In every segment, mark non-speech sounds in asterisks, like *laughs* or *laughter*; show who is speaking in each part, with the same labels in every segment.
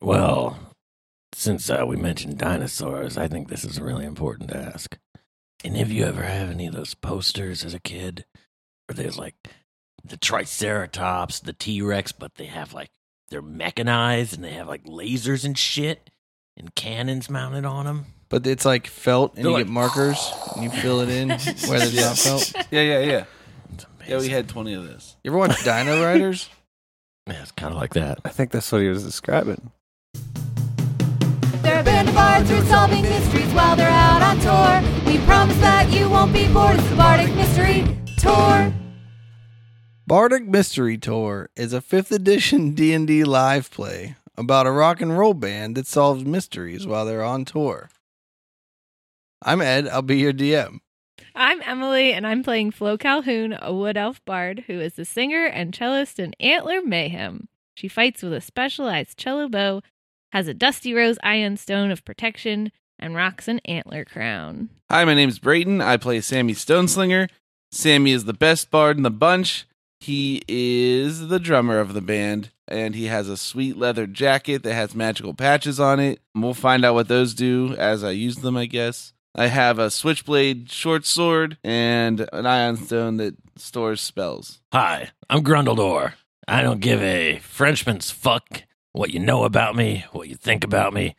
Speaker 1: Well, since uh, we mentioned dinosaurs, I think this is really important to ask. And if you ever have any of those posters as a kid, where there's like the Triceratops, the T Rex, but they have like they're mechanized and they have like lasers and shit and cannons mounted on them.
Speaker 2: But it's like felt, and
Speaker 1: They're
Speaker 2: you
Speaker 1: like-
Speaker 2: get markers, and you fill
Speaker 1: *laughs*
Speaker 2: it in where there's not felt.
Speaker 3: Yeah, yeah, yeah.
Speaker 1: It's
Speaker 3: Yeah, we
Speaker 1: amazing.
Speaker 3: had 20 of this.
Speaker 2: You ever watch
Speaker 1: *laughs*
Speaker 2: Dino Riders?
Speaker 1: Yeah, it's kind of like that.
Speaker 4: I think that's what he was describing.
Speaker 5: They're Vandevards, we're solving mysteries while they're out on tour. We promise that you won't be bored. It's the Bardic Mystery Tour.
Speaker 2: Bardic Mystery Tour is a 5th edition *laughs* D&D live play about a rock and roll band that solves mysteries while they're on tour. I'm Ed, I'll be your DM.
Speaker 6: I'm Emily, and I'm playing Flo Calhoun, a wood elf bard who is the singer and cellist in Antler Mayhem. She fights with a specialized cello bow, has a dusty rose iron stone of protection, and rocks an antler crown.
Speaker 3: Hi, my name's Brayton. I play Sammy Stoneslinger. Sammy is the best bard in the bunch. He is the drummer of the band, and he has a sweet leather jacket that has magical patches on it. And We'll find out what those do as I use them, I guess. I have a switchblade short sword and an ion stone that stores spells.
Speaker 1: Hi, I'm Grundledor. I don't give a Frenchman's fuck what you know about me, what you think about me.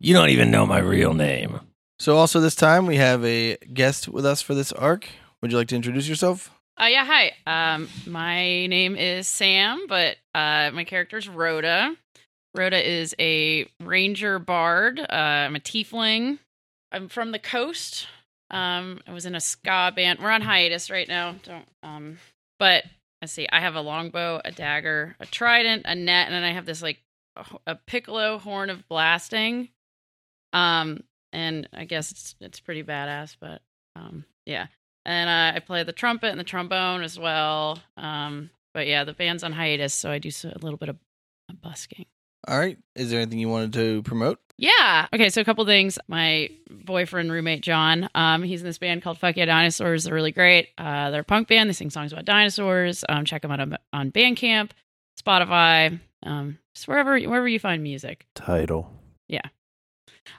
Speaker 1: You don't even know my real name.
Speaker 2: So also this time we have a guest with us for this arc. Would you like to introduce yourself?
Speaker 7: Uh, yeah, hi. Um, my name is Sam, but uh, my character's Rhoda. Rhoda is a ranger bard. Uh, I'm a tiefling. I'm from the coast. Um, I was in a ska band. We're on hiatus right now. Don't. Um, but let's see. I have a longbow, a dagger, a trident, a net, and then I have this like a, ho- a piccolo horn of blasting. Um, and I guess it's it's pretty badass, but um, yeah and uh, I play the trumpet and the trombone as well. Um, but yeah, the band's on hiatus, so I do s- a little bit of busking.
Speaker 2: All right. Is there anything you wanted to promote?
Speaker 7: Yeah. Okay. So a couple things. My boyfriend, roommate John, um, he's in this band called Fuck Yeah Dinosaurs. They're really great. Uh, they're a punk band. They sing songs about dinosaurs. Um, check them out on, on Bandcamp, Spotify, um, just wherever wherever you find music.
Speaker 4: Title.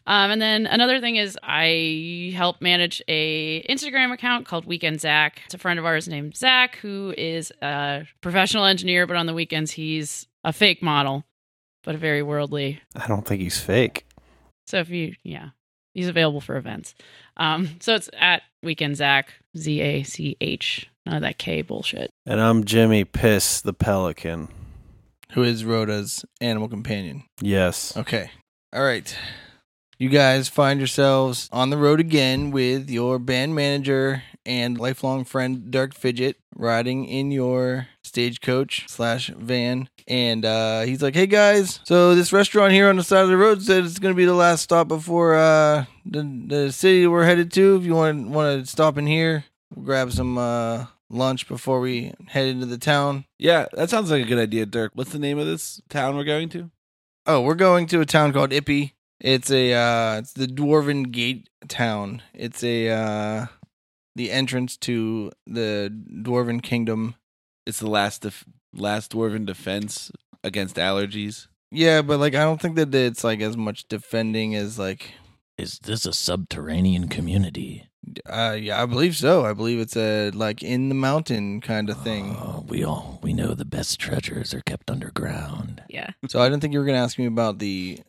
Speaker 7: Um, and then another thing is I help manage a Instagram account called Weekend Zach. It's a friend of ours named Zach who is a professional engineer, but on the weekends he's a fake model, but very worldly.
Speaker 4: I don't think he's fake.
Speaker 7: So if you, yeah, he's available for events. Um, *laughs* so it's at Weekend Zach Z A C H. None of that K bullshit.
Speaker 4: And I'm Jimmy Piss the Pelican.
Speaker 2: Who is Rhoda's animal companion?
Speaker 4: Yes.
Speaker 2: Okay. All right. You guys find yourselves on the road again with your band manager and lifelong friend Dark Fidget riding in your stagecoach slash van. And uh, he's like, hey guys, so this restaurant here on the side of the road said it's going to be the last stop before uh, the, the city we're headed to. If you want, want to stop in here, we'll grab some uh, lunch before we head into the town.
Speaker 3: Yeah, that sounds like a good idea, Dirk. What's the name of this town we're going to?
Speaker 2: Oh, we're going to a town called Ippy. It's a uh it's the Dwarven Gate town. It's a uh the entrance to the Dwarven Kingdom.
Speaker 3: It's the last def- last dwarven defense against allergies.
Speaker 2: Yeah, but like I don't think that it's like as much defending as like
Speaker 1: Is this a subterranean community?
Speaker 2: uh yeah, I believe so. I believe it's a like in the mountain kind of thing.
Speaker 1: Oh, we all we know the best treasures are kept underground.
Speaker 6: Yeah.
Speaker 2: So I didn't think you were gonna ask me about the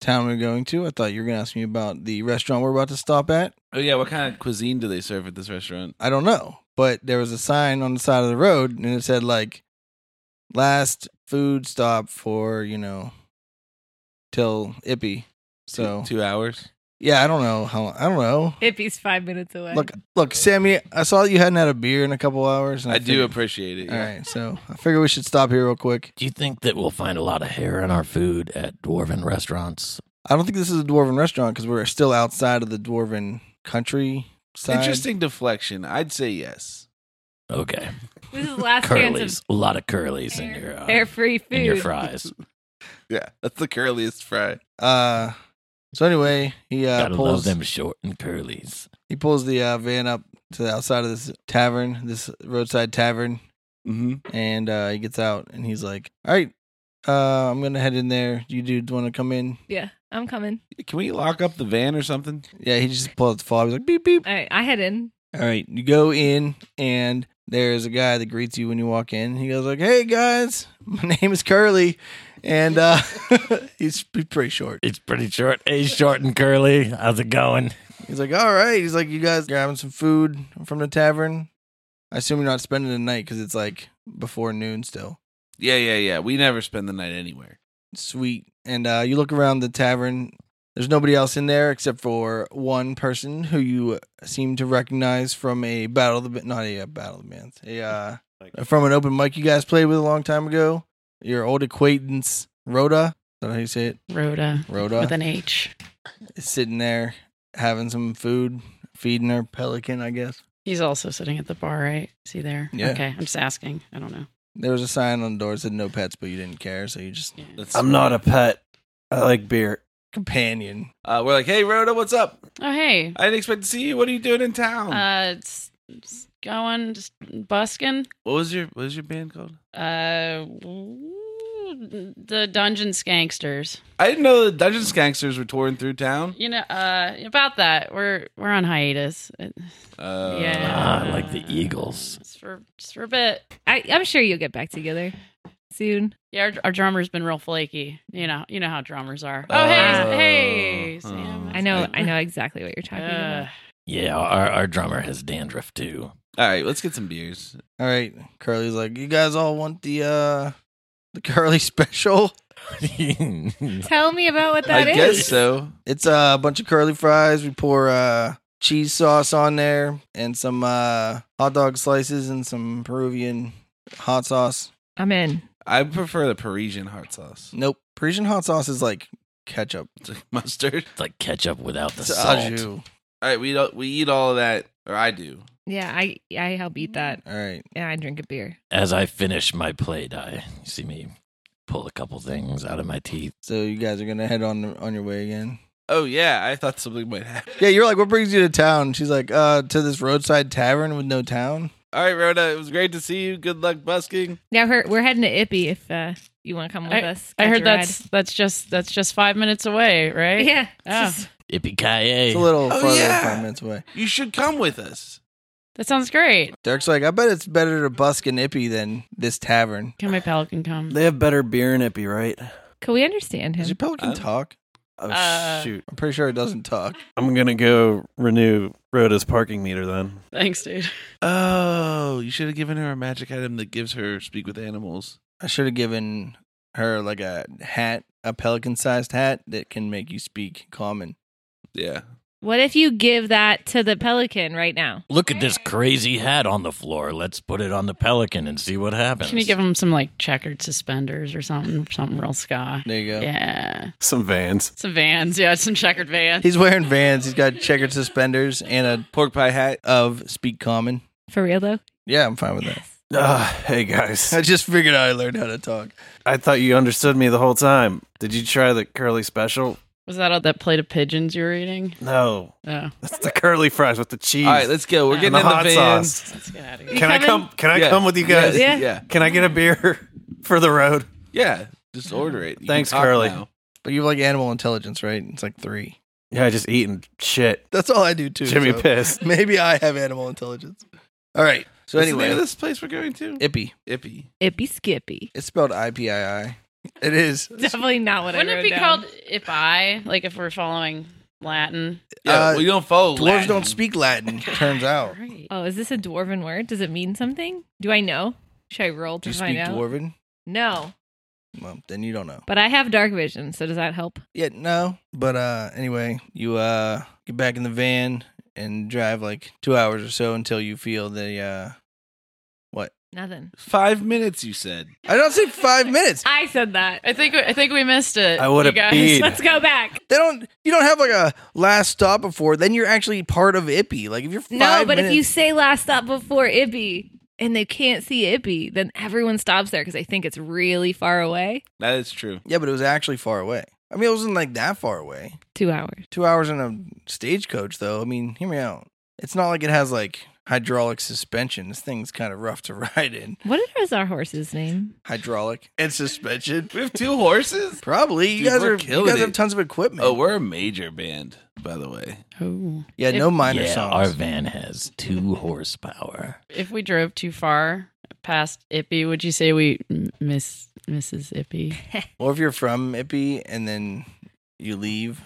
Speaker 2: town we're going to. I thought you were gonna ask me about the restaurant we're about to stop at.
Speaker 3: Oh yeah, what kind of cuisine do they serve at this restaurant?
Speaker 2: I don't know, but there was a sign on the side of the road and it said like last food stop for, you know, till Ippy. So
Speaker 3: two, two hours.
Speaker 2: yeah, I don't know how I don't know.
Speaker 6: Hippie's five minutes away.
Speaker 2: Look, look, Sammy, I saw that you hadn't had a beer in a couple hours. And
Speaker 3: I, do
Speaker 2: figured-
Speaker 3: appreciate it.
Speaker 2: All
Speaker 3: yeah.
Speaker 2: right, so I figure we should stop here real quick.
Speaker 1: Do you think that we'll find a lot of hair in our food at dwarven restaurants?
Speaker 2: I don't think this is a dwarven restaurant because we're still outside of the dwarven country side.
Speaker 3: Interesting deflection. I'd say yes.
Speaker 1: Okay,
Speaker 6: this is the last chance
Speaker 1: curlies,
Speaker 6: of
Speaker 1: a lot of curlies in your uh,
Speaker 6: air free food.
Speaker 1: in your fries.
Speaker 3: Yeah, that's the curliest fry.
Speaker 2: Uh, so anyway, he uh,
Speaker 1: Gotta love
Speaker 2: pulls
Speaker 1: them short and curlies.
Speaker 2: He pulls the uh, van up to the outside of this tavern, this roadside tavern,
Speaker 3: Mm-hmm.
Speaker 2: and uh, he gets out and he's like, "All right, Uh, I'm gonna head in there. You dudes want to come in?
Speaker 6: Yeah, I'm coming.
Speaker 3: Can we lock up the van or something?
Speaker 2: Yeah, he just pulled out the fob. He's like beep beep.
Speaker 6: All right, I head in.
Speaker 2: All right, you go in, and there's a guy that greets you when you walk in. He goes like, "Hey guys, *laughs* my name is Curly," and uh, *laughs* he's pretty short.
Speaker 1: It's pretty short. Hey, short and curly. How's it going?
Speaker 2: He's like, all right. He's like, you guys grabbing some food from the tavern? I assume you're not spending the night because it's like before noon still.
Speaker 3: Yeah, yeah, yeah. We never spend the night anywhere.
Speaker 2: Sweet. And uh, you look around the tavern. There's nobody else in there except for one person who you seem to recognize from a battle of the Ba- not a uh, battle of the bands, a uh, from an open mic you guys played with a long time ago. Your old acquaintance Rhoda. Is that how you say it?
Speaker 7: Rhoda
Speaker 2: Rhoda
Speaker 7: with an H.
Speaker 2: is sitting there having some food, feeding her pelican, I guess.
Speaker 7: He's also sitting at the bar, right? See there?
Speaker 2: Yeah.
Speaker 7: Okay, I'm just asking. I don't know.
Speaker 2: There was a sign on the door that said no pets, but you didn't care, so you just
Speaker 7: Yeah.
Speaker 3: That's
Speaker 4: I'm not a pet. I like beer.
Speaker 2: companion.
Speaker 3: Uh, we're like, hey, Rhoda, what's up?
Speaker 7: Oh hey,
Speaker 3: I didn't expect to see you. What are you doing in
Speaker 2: Oh.
Speaker 3: town?
Speaker 7: uh, it's, it's going just busking.
Speaker 3: what was your What was your band called?
Speaker 7: Uh, ooh, the Dungeon Skanksters.
Speaker 3: I didn't know the Dungeon Skanksters were touring through town.
Speaker 7: You know, uh, about that. We're we're on hiatus. It-
Speaker 3: Uh,
Speaker 7: yeah,
Speaker 1: Ah, like the Eagles.
Speaker 7: It's for just for a bit.
Speaker 6: I, I'm sure you'll get back together soon.
Speaker 7: Yeah, our, our drummer's been real flaky. You know, you know how drummers are. Oh, hey, hey,
Speaker 3: Oh.
Speaker 7: Sam.
Speaker 6: I know, I know exactly what you're talking
Speaker 7: Uh,
Speaker 6: about.
Speaker 1: Yeah, our, our drummer has dandruff too. *laughs*
Speaker 3: All right, let's get some beers.
Speaker 2: All right, Curly's like, you guys all want the uh the Curly *laughs* special?
Speaker 6: Tell me about what that
Speaker 3: I
Speaker 6: is.
Speaker 3: guess so.
Speaker 2: It's uh, a bunch of curly fries. We pour uh cheese sauce on there and some uh hot dog slices and some Peruvian hot sauce.
Speaker 6: I'm in.
Speaker 3: I prefer the Parisian hot sauce. *laughs*
Speaker 2: Nope, Parisian hot sauce is like ketchup.
Speaker 3: It's like mustard.
Speaker 1: it's like ketchup without the
Speaker 2: It's
Speaker 1: salt.
Speaker 2: au jus.
Speaker 3: All right, we don't, we eat all of that, or I do.
Speaker 6: Yeah, I I help eat that,
Speaker 2: All right.
Speaker 6: and I drink a beer.
Speaker 1: As I finish my plate, I you see me pull a couple things out of my teeth.
Speaker 2: So you guys are gonna head on on your way again.
Speaker 3: Oh yeah, I thought something might happen. *laughs*
Speaker 2: Yeah, you're like, what brings you to town? She's like, uh, to this roadside tavern with no town.
Speaker 3: All right, Rhoda, it was great to see you. Good luck busking.
Speaker 6: Now we're we're heading to Ippy if uh, you want to come with us.
Speaker 7: I
Speaker 6: catch
Speaker 7: heard
Speaker 6: a
Speaker 7: that's that's just that's just five minutes away,
Speaker 6: ride.
Speaker 7: right?
Speaker 6: yeah. it's
Speaker 7: Oh.
Speaker 6: just-
Speaker 1: Ippee
Speaker 2: It's a
Speaker 1: ki
Speaker 2: little
Speaker 3: Oh,
Speaker 2: farther than
Speaker 3: yeah.
Speaker 2: five minutes away.
Speaker 3: You should come with us.
Speaker 7: that sounds great.
Speaker 2: Dirk's like, I bet it's better to busk in Ippy than this tavern.
Speaker 7: Can my pelican come?
Speaker 4: They have better beer in Ippy, right?
Speaker 6: can we understand
Speaker 2: Does your
Speaker 6: him?
Speaker 2: pelican
Speaker 3: Uh,
Speaker 2: talk?
Speaker 4: Oh
Speaker 7: Uh,
Speaker 4: shoot!
Speaker 2: I'm pretty sure it doesn't talk.
Speaker 4: I'm gonna go renew Rhoda's parking meter then.
Speaker 7: Thanks, dude.
Speaker 3: Oh, you should have given her a magic item that gives her speak with animals.
Speaker 2: I should have given her like a hat, a pelican-sized hat that can make you speak common.
Speaker 3: Yeah.
Speaker 6: What if you give that to the pelican right now?
Speaker 1: Look at this crazy hat on the floor. Let's put it on the pelican and see what happens.
Speaker 7: Can you give him some like checkered suspenders or something? Something real ska.
Speaker 2: There you go.
Speaker 7: Yeah,
Speaker 4: Some vans.
Speaker 7: some vans. Yeah, some checkered vans.
Speaker 2: He's wearing Vans. He's got checkered suspenders and a
Speaker 3: Pork pie hat.
Speaker 2: of speak common.
Speaker 6: For real though?
Speaker 2: Yeah, I'm fine with that.
Speaker 4: Ah, hey guys.
Speaker 2: I just figured out I learned how to talk.
Speaker 4: I thought you understood me the whole time. Did you try the curly special?
Speaker 7: Was that all that plate of pigeons you were eating?
Speaker 4: No,
Speaker 7: Oh,
Speaker 4: that's the curly fries with the cheese.
Speaker 3: All right, let's go. We're
Speaker 7: Yeah.
Speaker 3: getting
Speaker 4: and the
Speaker 3: in the
Speaker 4: hot
Speaker 3: van.
Speaker 4: sauce.
Speaker 7: let's get out of here.
Speaker 4: Can I come? Can I
Speaker 3: Yeah.
Speaker 4: come with you guys?
Speaker 3: Yeah.
Speaker 6: Yeah.
Speaker 3: Yeah.
Speaker 4: Can I get a beer *laughs* for the road?
Speaker 3: Yeah. Just order it. You
Speaker 4: Thanks,
Speaker 3: can talk
Speaker 4: Curly.
Speaker 3: now.
Speaker 2: But you have like animal intelligence, right? It's like three.
Speaker 4: Yeah, just eating shit.
Speaker 2: That's all I do too.
Speaker 4: Jimmy
Speaker 2: so
Speaker 4: pissed.
Speaker 2: Maybe I have animal intelligence. All right. So
Speaker 3: What's the name
Speaker 2: anyway,
Speaker 3: of this place we're going to?
Speaker 2: Ippy.
Speaker 3: Ippy.
Speaker 6: Ippy Skippy.
Speaker 2: It's spelled I P I I. It is.
Speaker 6: *laughs* Definitely not what
Speaker 7: Wouldn't
Speaker 6: I wrote
Speaker 7: it be
Speaker 6: down.
Speaker 7: called if I like if we're following Latin?
Speaker 3: Yeah,
Speaker 2: Uh,
Speaker 3: we don't follow.
Speaker 2: Dwarves
Speaker 3: Latin.
Speaker 2: don't speak Latin. Turns out.
Speaker 7: Right.
Speaker 6: Oh, is this a dwarven word? Does it mean something? Do I know? Should I roll to
Speaker 2: Do you
Speaker 6: find
Speaker 2: speak
Speaker 6: out?
Speaker 2: Dwarven?
Speaker 6: No,
Speaker 2: Well, then you don't know.
Speaker 6: but I have dark vision, so does that help?
Speaker 2: Yeah, no. But uh, anyway, you uh get back in the van and drive like two hours or so until you feel the uh, what?
Speaker 6: Nothing.
Speaker 3: Five minutes, you said.
Speaker 2: I don't say
Speaker 6: *laughs*
Speaker 2: five minutes.
Speaker 6: I said that.
Speaker 7: I think we- I think we missed it.
Speaker 4: I would
Speaker 7: you
Speaker 4: have
Speaker 7: guys.
Speaker 4: peed.
Speaker 6: Let's go back.
Speaker 2: They don't. You don't have like a last stop before. Then you're actually part of Ippy. Like if you're five
Speaker 6: No, but if you
Speaker 2: minutes-
Speaker 6: say last stop before Ippy and they can't see Ippy, then everyone stops there because they think it's really far away.
Speaker 3: That is true.
Speaker 2: Yeah, but it was actually far away. I mean, it wasn't like that far away.
Speaker 6: Two hours.
Speaker 2: Two hours in a stagecoach, though. I mean, hear me out. It's not like it has like hydraulic suspension. This thing's kind of rough to *laughs* ride in.
Speaker 6: What is our horse's name?
Speaker 2: Hydraulic and suspension.
Speaker 3: We have two horses?
Speaker 2: Probably you
Speaker 3: Dude,
Speaker 2: guys
Speaker 3: we're
Speaker 2: are you
Speaker 3: killing
Speaker 2: guys
Speaker 3: it.
Speaker 2: have tons of equipment.
Speaker 3: Oh, we're a major band, by the way.
Speaker 7: Oh.
Speaker 2: yeah, no minor
Speaker 1: yeah,
Speaker 2: songs.
Speaker 1: our van has two horsepower.
Speaker 7: If we drove too far past Ippy, would you say we m- miss Mrs. Ippy?
Speaker 2: Or if you're from Ippy and then you leave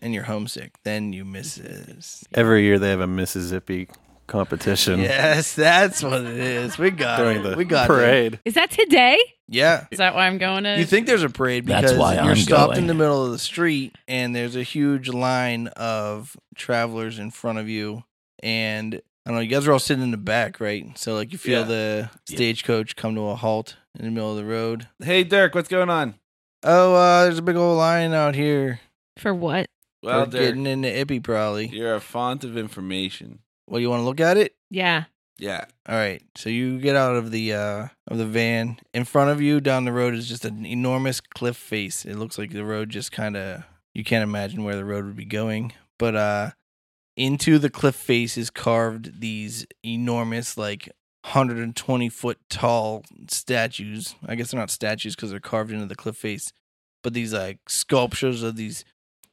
Speaker 2: and you're homesick, then you miss it.
Speaker 4: Every year they have a Mississippi competition
Speaker 2: Yes, that's what it is. We got
Speaker 4: during
Speaker 2: it.
Speaker 4: the
Speaker 2: we got it.
Speaker 4: parade.
Speaker 6: Is that today?
Speaker 2: Yeah.
Speaker 7: Is that why I'm going to?
Speaker 2: You think there's a parade because
Speaker 1: That's why
Speaker 2: you're
Speaker 1: I'm
Speaker 2: stopped
Speaker 1: going.
Speaker 2: in the middle of the street and there's a huge line of travelers in front of you and I don't know, you guys are all sitting in the back, right? So like you feel
Speaker 3: Yeah.
Speaker 2: the
Speaker 1: Yeah.
Speaker 2: stagecoach come to a halt in the middle of the road.
Speaker 3: Hey, Dirk, what's going on?
Speaker 2: Oh, uh, there's a big old line out here.
Speaker 6: For what?
Speaker 3: Well,
Speaker 2: We're
Speaker 3: Dirk,
Speaker 2: getting into Ippy probably.
Speaker 3: you're a font of information.
Speaker 2: Well, you want to look at it?
Speaker 6: Yeah.
Speaker 3: Yeah.
Speaker 2: All right. So you get out of the uh of the van. In front of you down the road is just an enormous cliff face. It looks like the road just kind of you can't imagine where the road would be going. But uh into the cliff face is carved these enormous like 120 foot tall statues. I guess they're not statues cuz they're carved into the cliff face, but these like sculptures of these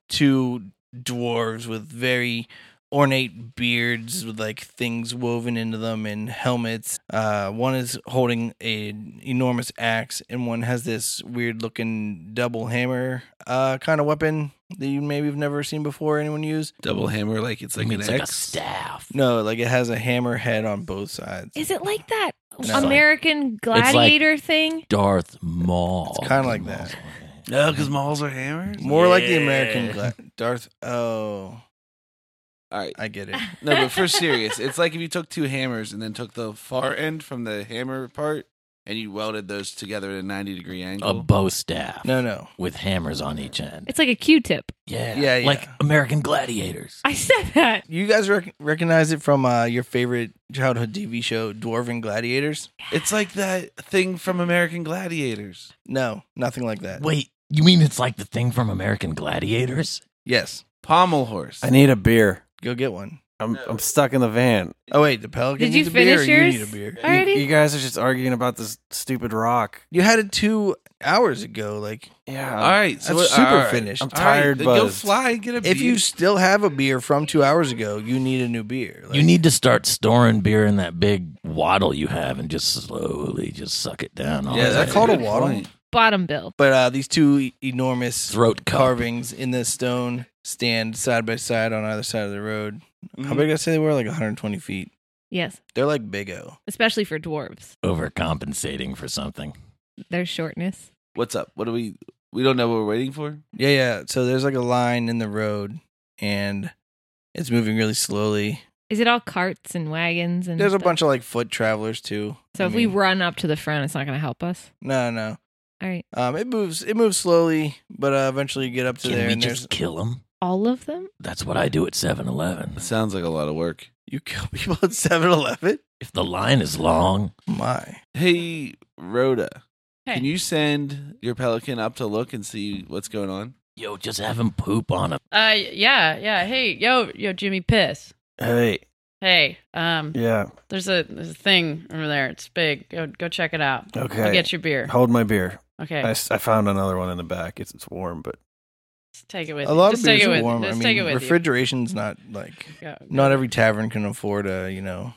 Speaker 2: two dwarves with very ornate beards with like things woven into them and helmets. Uh, one is holding an enormous axe, and one has this weird looking double hammer uh, kind of weapon that you maybe have never seen before anyone use.
Speaker 3: Double hammer, like it's like
Speaker 1: I mean,
Speaker 3: an
Speaker 1: it's like a
Speaker 3: X.
Speaker 1: staff.
Speaker 2: No, like it has a hammer head on both sides.
Speaker 6: Is it like that
Speaker 1: No.
Speaker 6: American
Speaker 1: like-
Speaker 6: gladiator thing?
Speaker 1: Darth Maul.
Speaker 2: It's kinda like that.
Speaker 3: No, because malls are hammers?
Speaker 2: More like the American
Speaker 1: Yeah.
Speaker 2: gla- Darth. Oh,
Speaker 3: All right.
Speaker 2: I get it.
Speaker 6: Ah.
Speaker 3: No,
Speaker 1: *laughs*
Speaker 3: but for serious, it's like if you took two hammers and then took the far end from the hammer part and you welded those together at a 90 degree angle.
Speaker 1: A bow staff.
Speaker 2: No, no.
Speaker 1: With hammers on each end.
Speaker 6: It's like a Q-tip.
Speaker 1: Yeah.
Speaker 2: Yeah, yeah.
Speaker 1: Like American gladiators.
Speaker 6: I said that.
Speaker 2: You guys rec- recognize it from uh, your favorite childhood TV show, Dwarven Gladiators?
Speaker 3: It's like that thing from American Gladiators.
Speaker 2: No, nothing like that.
Speaker 1: Wait, you mean it's like the thing from American Gladiators?
Speaker 2: Yes,
Speaker 3: Pommel horse.
Speaker 4: I need a beer.
Speaker 2: go get one.
Speaker 4: I'm I'm stuck in the van.
Speaker 2: Oh wait, the pelican.
Speaker 6: Did you
Speaker 2: needs a beer, or
Speaker 6: finish
Speaker 2: You need
Speaker 6: yours?
Speaker 2: a beer.
Speaker 4: You,
Speaker 6: Already?
Speaker 4: you guys are just arguing about this stupid rock.
Speaker 2: You had it two hours ago. Like
Speaker 4: Yeah.
Speaker 3: all right.
Speaker 2: that's
Speaker 3: So what-
Speaker 2: super
Speaker 3: all right.
Speaker 2: finished.
Speaker 4: I'm
Speaker 3: All right,
Speaker 4: tired,
Speaker 3: then
Speaker 4: but
Speaker 3: Go fly and get a
Speaker 2: If you
Speaker 3: beer.
Speaker 2: still have a beer from two hours ago, you need a new beer. Like,
Speaker 1: You need to start storing beer in that big waddle you have and just slowly just suck it down. all
Speaker 2: Yeah,
Speaker 1: the
Speaker 2: that
Speaker 1: way.
Speaker 2: called a
Speaker 3: Good
Speaker 2: waddle?
Speaker 3: point.
Speaker 6: Bottom bill.
Speaker 2: But uh, these two enormous
Speaker 1: throat carving.
Speaker 2: carvings in the stone stand side by side on either side of the road.
Speaker 1: Mm-hmm.
Speaker 2: How big did I say they were? Like 120 feet.
Speaker 6: Yes.
Speaker 2: They're like Big O.
Speaker 6: Especially for dwarves.
Speaker 1: Overcompensating for something.
Speaker 6: Their shortness.
Speaker 3: What's up? What do we? We don't know what we're waiting for.
Speaker 2: Yeah, yeah. So there's like a line in the road, and it's moving really slowly.
Speaker 6: Is it all carts and wagons and
Speaker 2: There's a
Speaker 6: stuff?
Speaker 2: bunch of like foot travelers too.
Speaker 6: So
Speaker 2: I
Speaker 6: if
Speaker 2: mean,
Speaker 6: we run up to the front, it's not going to help us.
Speaker 2: no, no.
Speaker 6: All right.
Speaker 2: Um, it moves. It moves slowly, but uh, eventually you get up to
Speaker 1: Can
Speaker 2: there,
Speaker 1: we
Speaker 2: and there's
Speaker 1: just kill them?
Speaker 6: All of them?
Speaker 1: That's what I do at 7 Eleven.
Speaker 3: That sounds like a lot of work.
Speaker 2: you
Speaker 3: *laughs*
Speaker 2: kill people at 7-Eleven.
Speaker 1: If the line is long,
Speaker 2: My,
Speaker 3: Hey, Rhoda,
Speaker 7: Hey.
Speaker 3: can you send your pelican up to look and see what's going on?
Speaker 1: yo, just have them poop on a
Speaker 7: Uh, yeah, yeah. Hey, yo, yo, Jimmy, piss.
Speaker 4: Hey.
Speaker 7: Hey, um,
Speaker 4: Yeah.
Speaker 7: there's a there's a thing over there. It's big. Go go check it out.
Speaker 4: Okay.
Speaker 7: Go get your beer.
Speaker 4: Hold my beer.
Speaker 7: Okay,
Speaker 4: I, s- I found another one in the back. It's it's warm, but
Speaker 7: just take it with.
Speaker 2: a
Speaker 7: you.
Speaker 2: lot
Speaker 7: just
Speaker 2: of beers
Speaker 7: take it
Speaker 2: are
Speaker 7: with,
Speaker 2: warm.
Speaker 7: Just
Speaker 2: I mean,
Speaker 7: take it with
Speaker 2: refrigeration's not like
Speaker 7: you. Go-
Speaker 2: not
Speaker 7: go.
Speaker 2: every tavern can afford a you know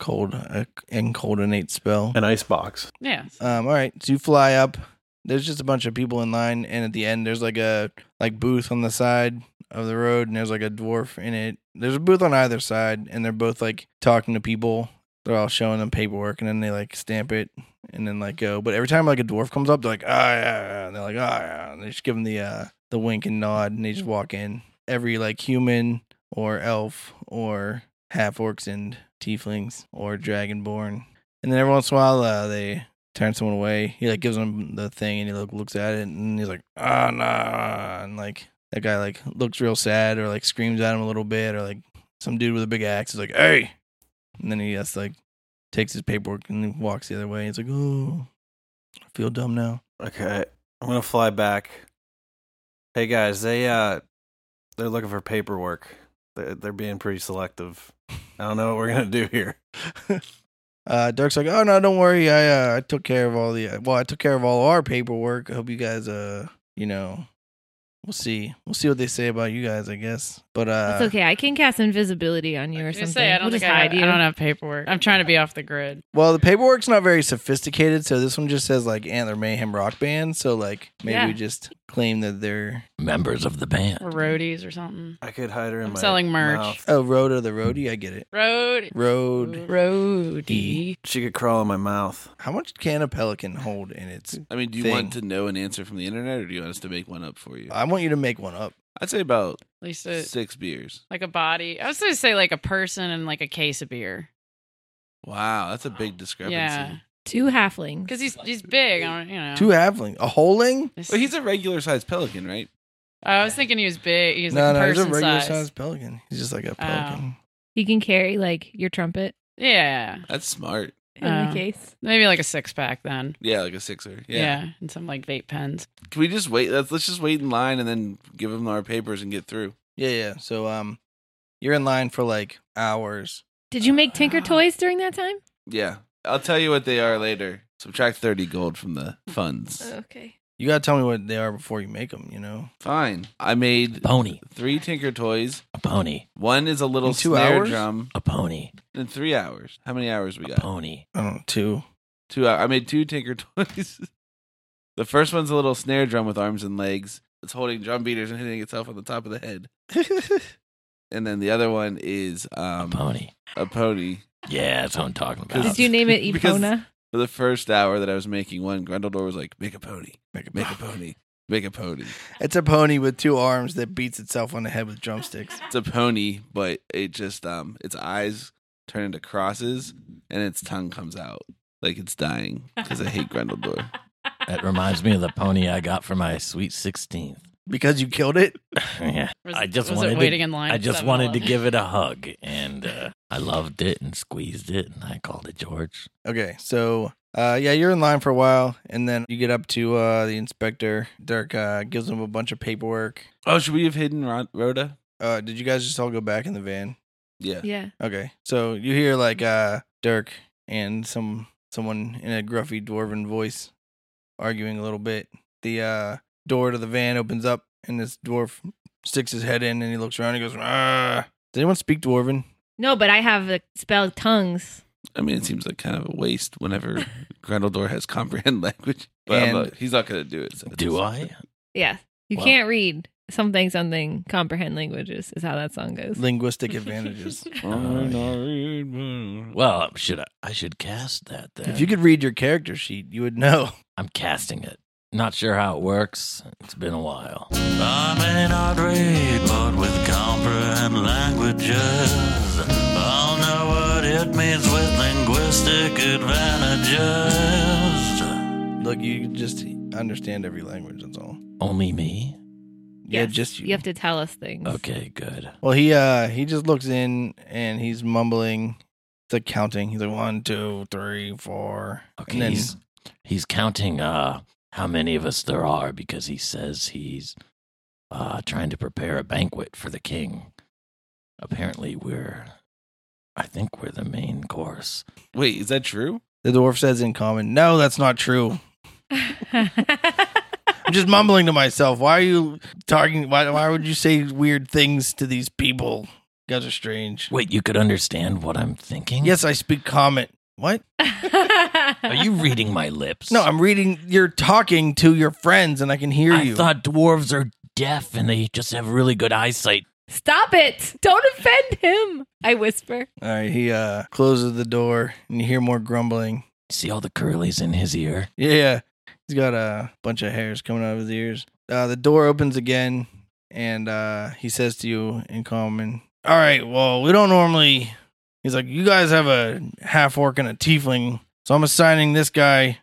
Speaker 2: cold uh, and coldinate spell.
Speaker 4: an ice box.
Speaker 7: Yeah.
Speaker 2: Um, all right, so you fly up. There's just a bunch of people in line, and at the end, there's like a like booth on the side of the road, and there's like a dwarf in it. There's a booth on either side, and they're both like talking to people. They're all showing them paperwork, and then they like stamp it, and then like go. But every time like a dwarf comes up, they're like, ah, yeah, yeah," and they're like, ah, yeah," and they just give them the uh the wink and nod, and they just walk in. Every like human or elf or half orcs and tieflings or dragonborn, and then every once in a while uh, they turns someone away. He like gives him the thing and he like looks at it and he's like, ah nah and like that guy like looks real sad or like screams at him a little bit or like some dude with a big axe is like, Hey and then he just like takes his paperwork and he walks the other way. He's like, Oh I feel dumb now.
Speaker 4: Okay. I'm gonna fly back. Hey guys, they uh they're looking for paperwork. They're, they're being pretty selective. I don't know what we're gonna do here.
Speaker 2: Uh, Dark's like, oh no, don't worry. I uh, I took care of all the uh, well, I took care of all our paperwork. I hope you guys, uh, you know, we'll see, we'll see what they say about you guys, I guess. But uh,
Speaker 6: It's okay. I can cast invisibility on you
Speaker 7: I
Speaker 6: or
Speaker 7: was gonna
Speaker 6: something.
Speaker 7: say I don't
Speaker 6: we'll
Speaker 7: think
Speaker 6: just
Speaker 7: I,
Speaker 6: hide
Speaker 7: have, I
Speaker 6: you.
Speaker 7: don't have paperwork. I'm trying to be off the grid.
Speaker 2: well, the paperwork's not very sophisticated, so this one just says like Antler Mayhem Rock Band. So like maybe
Speaker 7: Yeah.
Speaker 2: we just claim that they're
Speaker 1: Members of the band.
Speaker 7: Or roadies or something.
Speaker 4: I could hide her in
Speaker 7: I'm
Speaker 4: my
Speaker 7: selling merch.
Speaker 4: mouth.
Speaker 2: oh Rhoda the roadie. I get it.
Speaker 7: Road.
Speaker 2: Road.
Speaker 7: Roadie.
Speaker 4: She could crawl in my mouth.
Speaker 2: How much can a pelican hold in its?
Speaker 3: I mean, do you
Speaker 2: Thing.
Speaker 3: want to know an answer from the internet, or do you want us to make one up for you?
Speaker 2: I want you to make one up.
Speaker 3: I'd say about
Speaker 7: At least a,
Speaker 3: six beers.
Speaker 7: like a body. I was gonna say like a person and like a case of beer.
Speaker 3: Wow, that's a big discrepancy.
Speaker 7: Yeah,
Speaker 6: Two halflings.
Speaker 7: because he's he's big. I don't, you know.
Speaker 2: Two halfling, a holing.
Speaker 7: It's-
Speaker 3: Well, he's a regular sized pelican, right?
Speaker 7: I was thinking he was big. He's
Speaker 2: no,
Speaker 7: like a
Speaker 2: no, he's a
Speaker 7: person
Speaker 2: regular
Speaker 7: size. Oh.
Speaker 2: sized pelican. He's just like a pelican.
Speaker 6: He can carry like your trumpet Uh,
Speaker 7: Yeah,
Speaker 3: That's smart.
Speaker 6: in
Speaker 7: Oh.
Speaker 6: the case.
Speaker 7: maybe like a six pack then.
Speaker 3: Yeah, like a sixer.
Speaker 7: Yeah.
Speaker 3: Yeah.
Speaker 7: and some like vape pens.
Speaker 3: Can we just wait? Let's let's just wait in line and then give them our papers and get through.
Speaker 2: Yeah, yeah. So um, you're in line for like hours.
Speaker 6: Did you make
Speaker 7: *gasps*
Speaker 6: Tinker toys during that time?
Speaker 3: Yeah, I'll tell you what they are later. Subtract thirty gold from the funds.
Speaker 6: Okay.
Speaker 2: You gotta tell me what they are before you make them. You know,
Speaker 3: Fine. I made
Speaker 1: Pony.
Speaker 3: three Tinker toys.
Speaker 1: A pony.
Speaker 3: One is a little
Speaker 2: In two
Speaker 3: snare
Speaker 2: hours?
Speaker 3: drum
Speaker 1: A pony.
Speaker 3: in three hours. How many hours we
Speaker 1: A
Speaker 3: got?
Speaker 1: pony.
Speaker 2: I don't know, two.
Speaker 3: Two. Hours. I made two Tinker *laughs* toys. the first one's a little snare drum with arms and legs. It's holding drum beaters and hitting itself on the top of the head. and then the other one is
Speaker 1: A
Speaker 3: um,
Speaker 1: pony.
Speaker 3: a pony.
Speaker 1: Yeah, that's what I'm talking about.
Speaker 3: Did
Speaker 6: Did you name it
Speaker 3: Because-
Speaker 6: Epona?
Speaker 3: For the first hour that I was making one, Grundledor was like, "Make a pony, make a pony, make a pony."
Speaker 2: It's a pony with two arms that beats itself on the head with drumsticks.
Speaker 3: It's a pony, but it just um, its eyes turn into crosses and its tongue comes out like it's dying because I
Speaker 2: *laughs*
Speaker 3: hate Grundledor.
Speaker 1: That reminds me of the pony I got for my sweet 16th.
Speaker 2: Because you killed it.
Speaker 1: *laughs* yeah.
Speaker 7: Was,
Speaker 1: I just
Speaker 7: was
Speaker 1: wanted
Speaker 7: it
Speaker 1: to-
Speaker 7: waiting in line.
Speaker 1: I
Speaker 7: at
Speaker 1: just wanted to
Speaker 7: 7-Eleven?
Speaker 1: give it a hug, and uh, I loved it and squeezed it, and I called it George.
Speaker 2: Okay, so uh, yeah, you're in line for a while, and then you get up to uh the inspector. Dirk uh, gives him a bunch of paperwork.
Speaker 3: Oh, should we have hidden Ro- Rhoda?
Speaker 2: Uh, did you guys just all go back in the van?
Speaker 3: Yeah.
Speaker 6: Yeah.
Speaker 2: Okay, so you hear like uh Dirk and some someone in a gruffy dwarven voice arguing a little bit. The uh door to the van opens up, and this dwarf sticks his head in, and he looks around. and He goes, "Ah." Does anyone speak dwarven?
Speaker 6: No, but I have the spell tongues.
Speaker 3: I mean, it seems like kind of a waste
Speaker 2: *laughs*
Speaker 3: whenever Grundledor has comprehend *laughs* language, but I'm
Speaker 2: And-
Speaker 3: not- he's not going to do it. so-
Speaker 1: Do I?
Speaker 6: Yeah. You
Speaker 1: Wow.
Speaker 6: can't read something, something, comprehend languages is how that song goes.
Speaker 2: Linguistic advantages.
Speaker 1: Oh, Well, should I? I should cast that then.
Speaker 2: if you could read your character sheet, you would know.
Speaker 1: I'm casting it. Not sure how it works. It's been a while. I may not read, but with comprehend languages, I'll know what it means with linguistic advantages.
Speaker 2: Look, you just understand every language. That's all.
Speaker 1: Only me?
Speaker 2: Yeah,
Speaker 6: Yes,
Speaker 2: just you.
Speaker 6: *laughs* You have to tell us things. *laughs*
Speaker 1: Okay, good.
Speaker 2: well, he uh he just looks in and he's mumbling, it's like counting. He's like one, two, three, four.
Speaker 1: Okay,
Speaker 2: And then
Speaker 1: he's, he's counting uh, how many of us there are because he says he's uh, trying to prepare a banquet for the king. Apparently, we're, I think we're the main course.
Speaker 3: Wait, is that true?
Speaker 2: the dwarf says in common, "No, that's not true." I'm just mumbling to myself. Why are you talking? Why why would you say weird things to these people? You guys are strange.
Speaker 1: Wait, you could understand what I'm thinking?
Speaker 2: Yes, I speak common. What?
Speaker 1: Are you reading my lips?
Speaker 2: No, I'm reading. You're talking to your friends, and I can hear
Speaker 1: I
Speaker 2: you.
Speaker 1: thought dwarves are deaf and they just have really good eyesight.
Speaker 6: Stop it! Don't offend him! I whisper.
Speaker 2: All right, he uh closes the door, and you hear more grumbling.
Speaker 1: See all the curlies in his ear?
Speaker 2: Yeah, he's got a bunch of hairs coming out of his ears. Uh, the door opens again, and uh, he says to you in common, "All right, well, we don't normally." He's like, "You guys have a half orc and a tiefling, so I'm assigning this guy.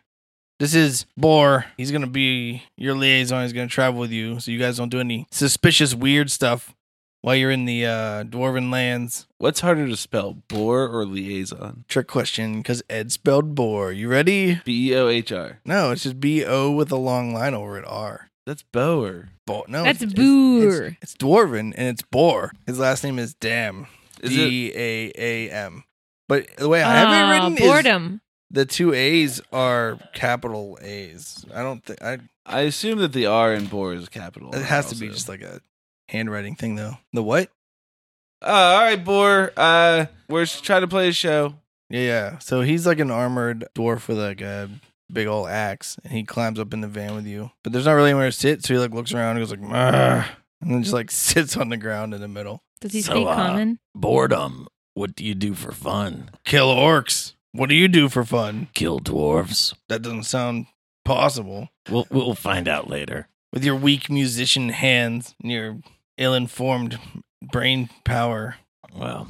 Speaker 2: This is Boar. He's gonna be your liaison. He's gonna travel with you, so you guys don't do any suspicious, weird stuff while you're in the uh, dwarven lands."
Speaker 3: What's harder to spell, boar or liaison?
Speaker 2: Trick question, because Ed spelled Boar. You ready?
Speaker 3: B E O H R.
Speaker 2: No, it's just B O with a long line over it R.
Speaker 3: That's Boer.
Speaker 2: Bo- no,
Speaker 6: That's
Speaker 2: it's- It's,
Speaker 6: Boer.
Speaker 2: it's, it's dwarven and it's Boar. His last name is Dam.
Speaker 3: Is it?
Speaker 2: D A A M. But the way I
Speaker 6: Ah,
Speaker 2: have it written is
Speaker 6: boredom.
Speaker 2: the two A's are capital A's. I don't think I.
Speaker 3: I assume that the R in Boer is capital.
Speaker 2: It has to be just like a handwriting thing, though. The what?
Speaker 3: Uh, all right, Boer. Uh, we're s- trying to play a show.
Speaker 2: Yeah, yeah. So he's like an armored dwarf with like a big old axe, and he climbs up in the van with you. But there's not really anywhere to sit, so he like looks around and goes like, "Meh," and then just like *laughs* sits on the ground in the middle.
Speaker 6: Does he
Speaker 1: So,
Speaker 6: speak
Speaker 1: uh,
Speaker 6: common?
Speaker 1: Boredom. What do you do for fun?
Speaker 2: Kill orcs. What do you do for fun?
Speaker 1: Kill dwarves?
Speaker 2: That doesn't sound possible.
Speaker 1: We'll we'll find out later.
Speaker 2: With your weak musician hands and your ill-informed brain power.
Speaker 1: Well,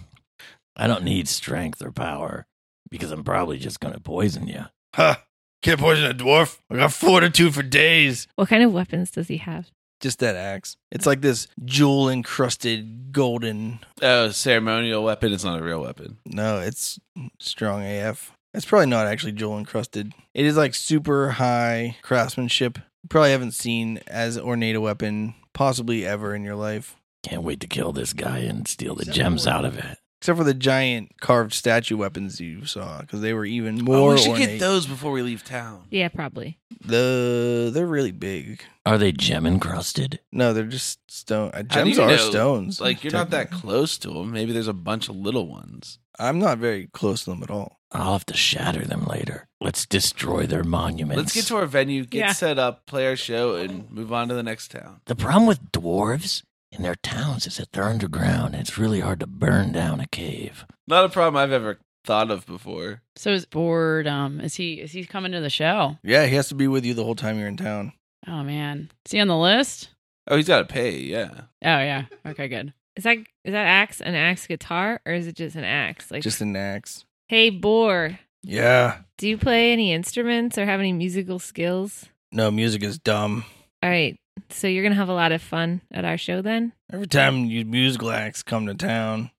Speaker 1: I don't need strength or power because I'm probably just going to poison you.
Speaker 2: Ha! Can't poison a dwarf. I got fortitude for days.
Speaker 6: What kind of weapons does he have?
Speaker 2: Just that axe. It's like this jewel-encrusted golden
Speaker 3: Oh, ceremonial weapon. It's not a real weapon.
Speaker 2: No, it's strong AF. It's probably not actually jewel encrusted. It is like super high craftsmanship. You probably haven't seen as ornate a weapon possibly ever in your life,
Speaker 1: Can't wait to kill this guy and steal the gems out of it.
Speaker 2: except for the giant carved statue weapons you saw, because they were even more ornate.
Speaker 3: those before we leave town.
Speaker 6: Yeah, probably.
Speaker 2: The they're really big.
Speaker 1: Are they gem encrusted?
Speaker 2: No, they're just stone. Uh,
Speaker 3: How do
Speaker 2: gems
Speaker 3: you
Speaker 2: are
Speaker 3: know?
Speaker 2: stones.
Speaker 3: Like you're not that
Speaker 2: technically.
Speaker 3: close to them. Maybe there's a bunch of little ones.
Speaker 2: I'm not very close to them at all.
Speaker 1: I'll have to shatter them later. Let's destroy their monuments.
Speaker 3: Let's get to our venue, get
Speaker 7: Yeah.
Speaker 3: set up, play our show, and move on to the next town.
Speaker 1: The problem with dwarves and their towns is that they're underground and it's really hard to burn down a cave.
Speaker 3: Not a problem I've ever thought of before.
Speaker 7: So is boredom. Is he is he coming to the show?
Speaker 2: Yeah, he has to be with you the whole time you're in town.
Speaker 7: Oh man. Is he on the list?
Speaker 3: Oh, he's got to pay. Yeah.
Speaker 7: Oh yeah. Okay, good.
Speaker 6: Is that is that axe an axe guitar or is it just an axe? Like,
Speaker 2: Just an axe.
Speaker 6: hey, boar,
Speaker 2: Yeah.
Speaker 6: do you play any instruments or have any musical skills?
Speaker 2: No, music is dumb.
Speaker 6: All right, so you're gonna have a lot of fun at our show then.
Speaker 2: Every time you musical acts come to town,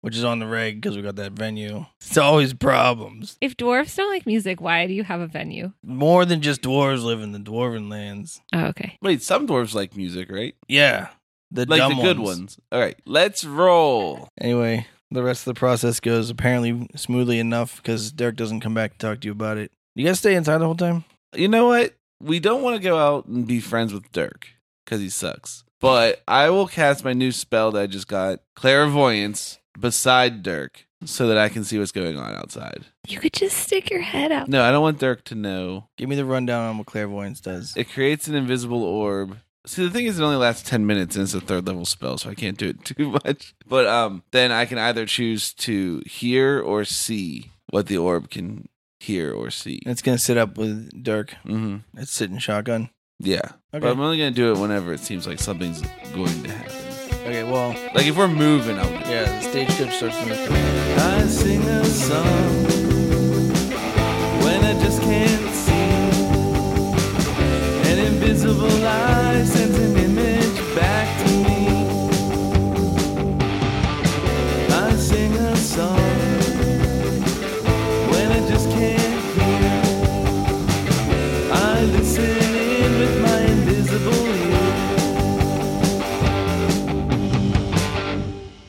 Speaker 2: which is on the reg because we got that venue, it's always problems.
Speaker 6: If dwarfs don't like music, why do you have a venue?
Speaker 2: More than just dwarves live in the dwarven lands.
Speaker 6: Oh, okay.
Speaker 3: Wait, some dwarves like music, right?
Speaker 2: Yeah, the
Speaker 3: like
Speaker 2: dumb
Speaker 3: the good
Speaker 2: ones.
Speaker 3: ones. All right, let's roll.
Speaker 2: Anyway, the rest of the process goes apparently smoothly enough because Derek doesn't come back to talk to you about it. You guys stay inside the whole time.
Speaker 3: You know what? We don't want to go out and be friends with Dirk because he sucks. But I will cast my new spell that I just got, clairvoyance, beside Dirk so that I can see what's going on outside.
Speaker 6: You could just stick your head out.
Speaker 3: No, I don't want Dirk to know.
Speaker 2: Give me the rundown on what clairvoyance does.
Speaker 3: It creates an invisible orb. See, the thing is, it only lasts ten minutes, and it's a third level spell, so I can't do it *laughs* too much. But um, then I can either choose to hear or see what the orb can hear or see.
Speaker 2: It's gonna sit up with Dirk.
Speaker 3: hmm
Speaker 2: It's sitting shotgun.
Speaker 3: Yeah,
Speaker 2: Okay.
Speaker 3: but I'm only gonna do it whenever it seems like something's going to happen.
Speaker 2: Okay, well,
Speaker 3: Like if we're moving, I'll. Do it.
Speaker 2: yeah, the stagecoach starts to move.
Speaker 3: I sing a song when I just can't see. An invisible eye sends an image back to me. I sing a song when I just can't hear. I listen in with my invisible ear.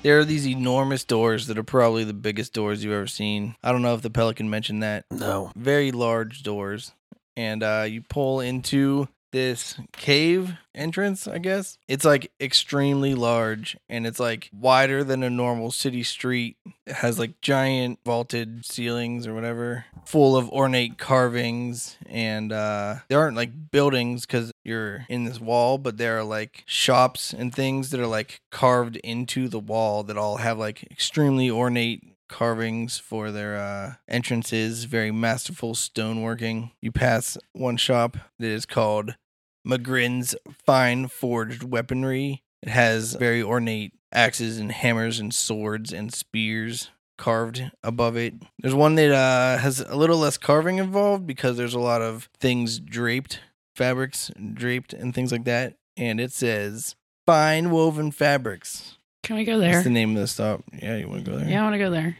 Speaker 2: There are these enormous doors that are probably the biggest doors you've ever seen. I don't know if the Pelican mentioned that.
Speaker 1: No.
Speaker 2: Very large doors. And uh, you pull into this cave entrance, I guess. It's like extremely large and it's like wider than a normal city street. It has like giant vaulted ceilings or whatever, full of ornate carvings. And uh, there aren't like buildings because you're in this wall, but there are like shops and things that are like carved into the wall that all have like extremely ornate carvings for their uh, entrances, very masterful stoneworking. You pass one shop that is called McGrin's Fine Forged Weaponry. It has very ornate axes and hammers and swords and spears carved above it. There's one that uh, has a little less carving involved because there's a lot of things draped, fabrics draped and things like that. And it says Fine Woven Fabrics.
Speaker 7: Can we go
Speaker 2: That's
Speaker 7: there?
Speaker 2: the name of the stop. Yeah, you want to go there?
Speaker 7: Yeah, I want to go there.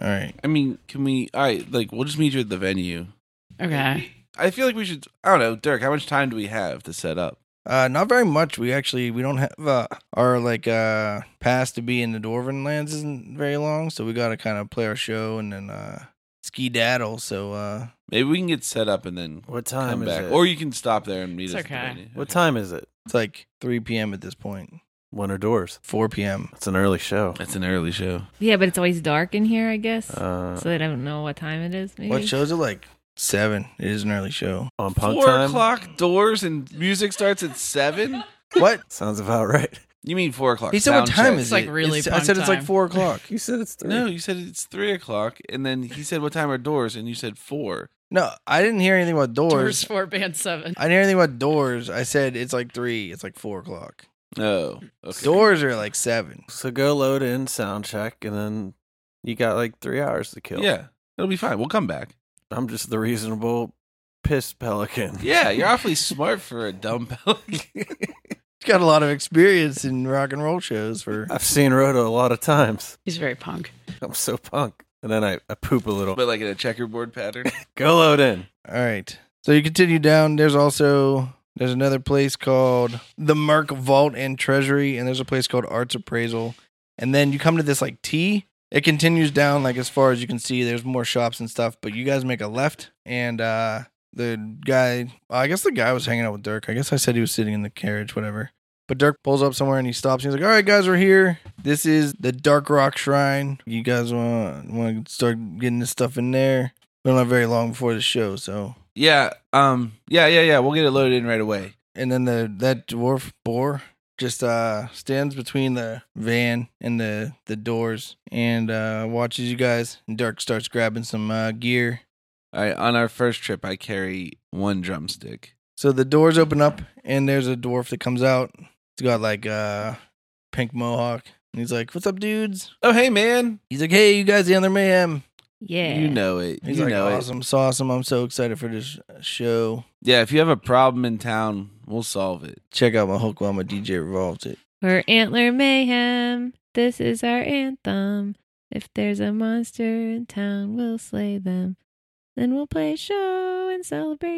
Speaker 2: All right.
Speaker 3: I mean, can we? All right, like we'll just meet you at the venue.
Speaker 7: Okay.
Speaker 3: I feel like we should. I don't know, Dirk. How much time do we have to set up?
Speaker 2: Uh, not very much. We actually we don't have uh, our like uh pass to be in the Dwarven lands isn't very long, so we got to kind of play our show and then uh ski daddle. So uh,
Speaker 3: Maybe we can get set up and then
Speaker 4: What
Speaker 3: come
Speaker 4: time is
Speaker 3: back,
Speaker 4: it?
Speaker 3: or you can stop there and meet
Speaker 7: It's
Speaker 3: us. at
Speaker 7: okay.
Speaker 3: the venue.
Speaker 4: what time is it?
Speaker 2: it's like 3 p.m. at this point,
Speaker 4: Winter doors.
Speaker 2: 4 p.m.
Speaker 4: It's an early show.
Speaker 3: It's an early show.
Speaker 6: Yeah, but it's always dark in here, I guess.
Speaker 4: Uh,
Speaker 6: so they don't know what time it is. Maybe.
Speaker 2: What shows are like seven? It is an early show. *laughs*
Speaker 4: on punk
Speaker 3: Four
Speaker 4: time.
Speaker 3: o'clock doors and music starts at seven.
Speaker 2: What?
Speaker 4: Sounds about right. *laughs*
Speaker 3: You mean four o'clock?
Speaker 2: He said, "What
Speaker 3: sound
Speaker 2: time
Speaker 3: check.
Speaker 2: is
Speaker 7: It's
Speaker 2: it?"
Speaker 7: like really
Speaker 2: It's- I
Speaker 7: punk
Speaker 2: said it's like
Speaker 7: time.
Speaker 2: four o'clock.
Speaker 7: *laughs*
Speaker 4: You said it's three.
Speaker 3: No, you said it's three o'clock, and then he said, "What time are doors?" And you said four.
Speaker 2: No, I didn't hear anything about
Speaker 7: Doors
Speaker 2: doors.
Speaker 7: for band seven.
Speaker 2: I didn't hear anything about doors. I said it's like three. It's like four o'clock.
Speaker 3: Oh, okay.
Speaker 2: Doors are like seven.
Speaker 4: So go load in sound check, and then you got like three hours to kill.
Speaker 3: Yeah, it'll be fine. We'll come back.
Speaker 4: I'm just the reasonable piss pelican.
Speaker 3: Yeah, you're awfully smart for a dumb *laughs* pelican.
Speaker 2: He's got a lot of experience in rock and roll shows for
Speaker 4: I've seen Rhoda a lot of times.
Speaker 7: He's very punk.
Speaker 4: I'm so punk. And then I, I poop a little.
Speaker 3: but like in a checkerboard pattern.
Speaker 4: Go load in.
Speaker 2: All right. So you continue down. There's also there's another place called the Merc Vault and Treasury, and there's a place called Arts Appraisal. And then you come to this like T. It continues down like as far as you can see. There's more shops and stuff, but you guys make a left, and uh the guy. I guess the guy was hanging out with Dirk. I guess I said he was sitting in the carriage, whatever. But Dirk pulls up somewhere and he stops. And he's like, "All right, guys, we're here. This is the Dark Rock Shrine. You guys want want to start getting this stuff in there? We don't have very long before the show, so
Speaker 3: yeah, um, yeah, yeah, yeah. We'll get it loaded in right away.
Speaker 2: and then the that dwarf boar just uh stands between the van and the the doors and uh watches you guys and dirk starts grabbing some uh gear
Speaker 3: All right. On our first trip, I carry one drumstick.
Speaker 2: so the doors open up and there's a dwarf that comes out he's got like uh pink mohawk and he's like what's up dudes
Speaker 3: Oh, hey, man.
Speaker 2: he's like hey you guys the other mayhem
Speaker 6: Yeah.
Speaker 3: You know it.
Speaker 2: he's
Speaker 3: you
Speaker 2: like
Speaker 3: know it.
Speaker 2: awesome it's awesome i'm so excited for this show
Speaker 3: Yeah, if you have a problem in town, we'll solve it.
Speaker 2: check out my hook while my dj revolves it
Speaker 6: We're Antler Mayhem. This is our anthem. If there's a monster in town, we'll slay them. Then we'll play a show and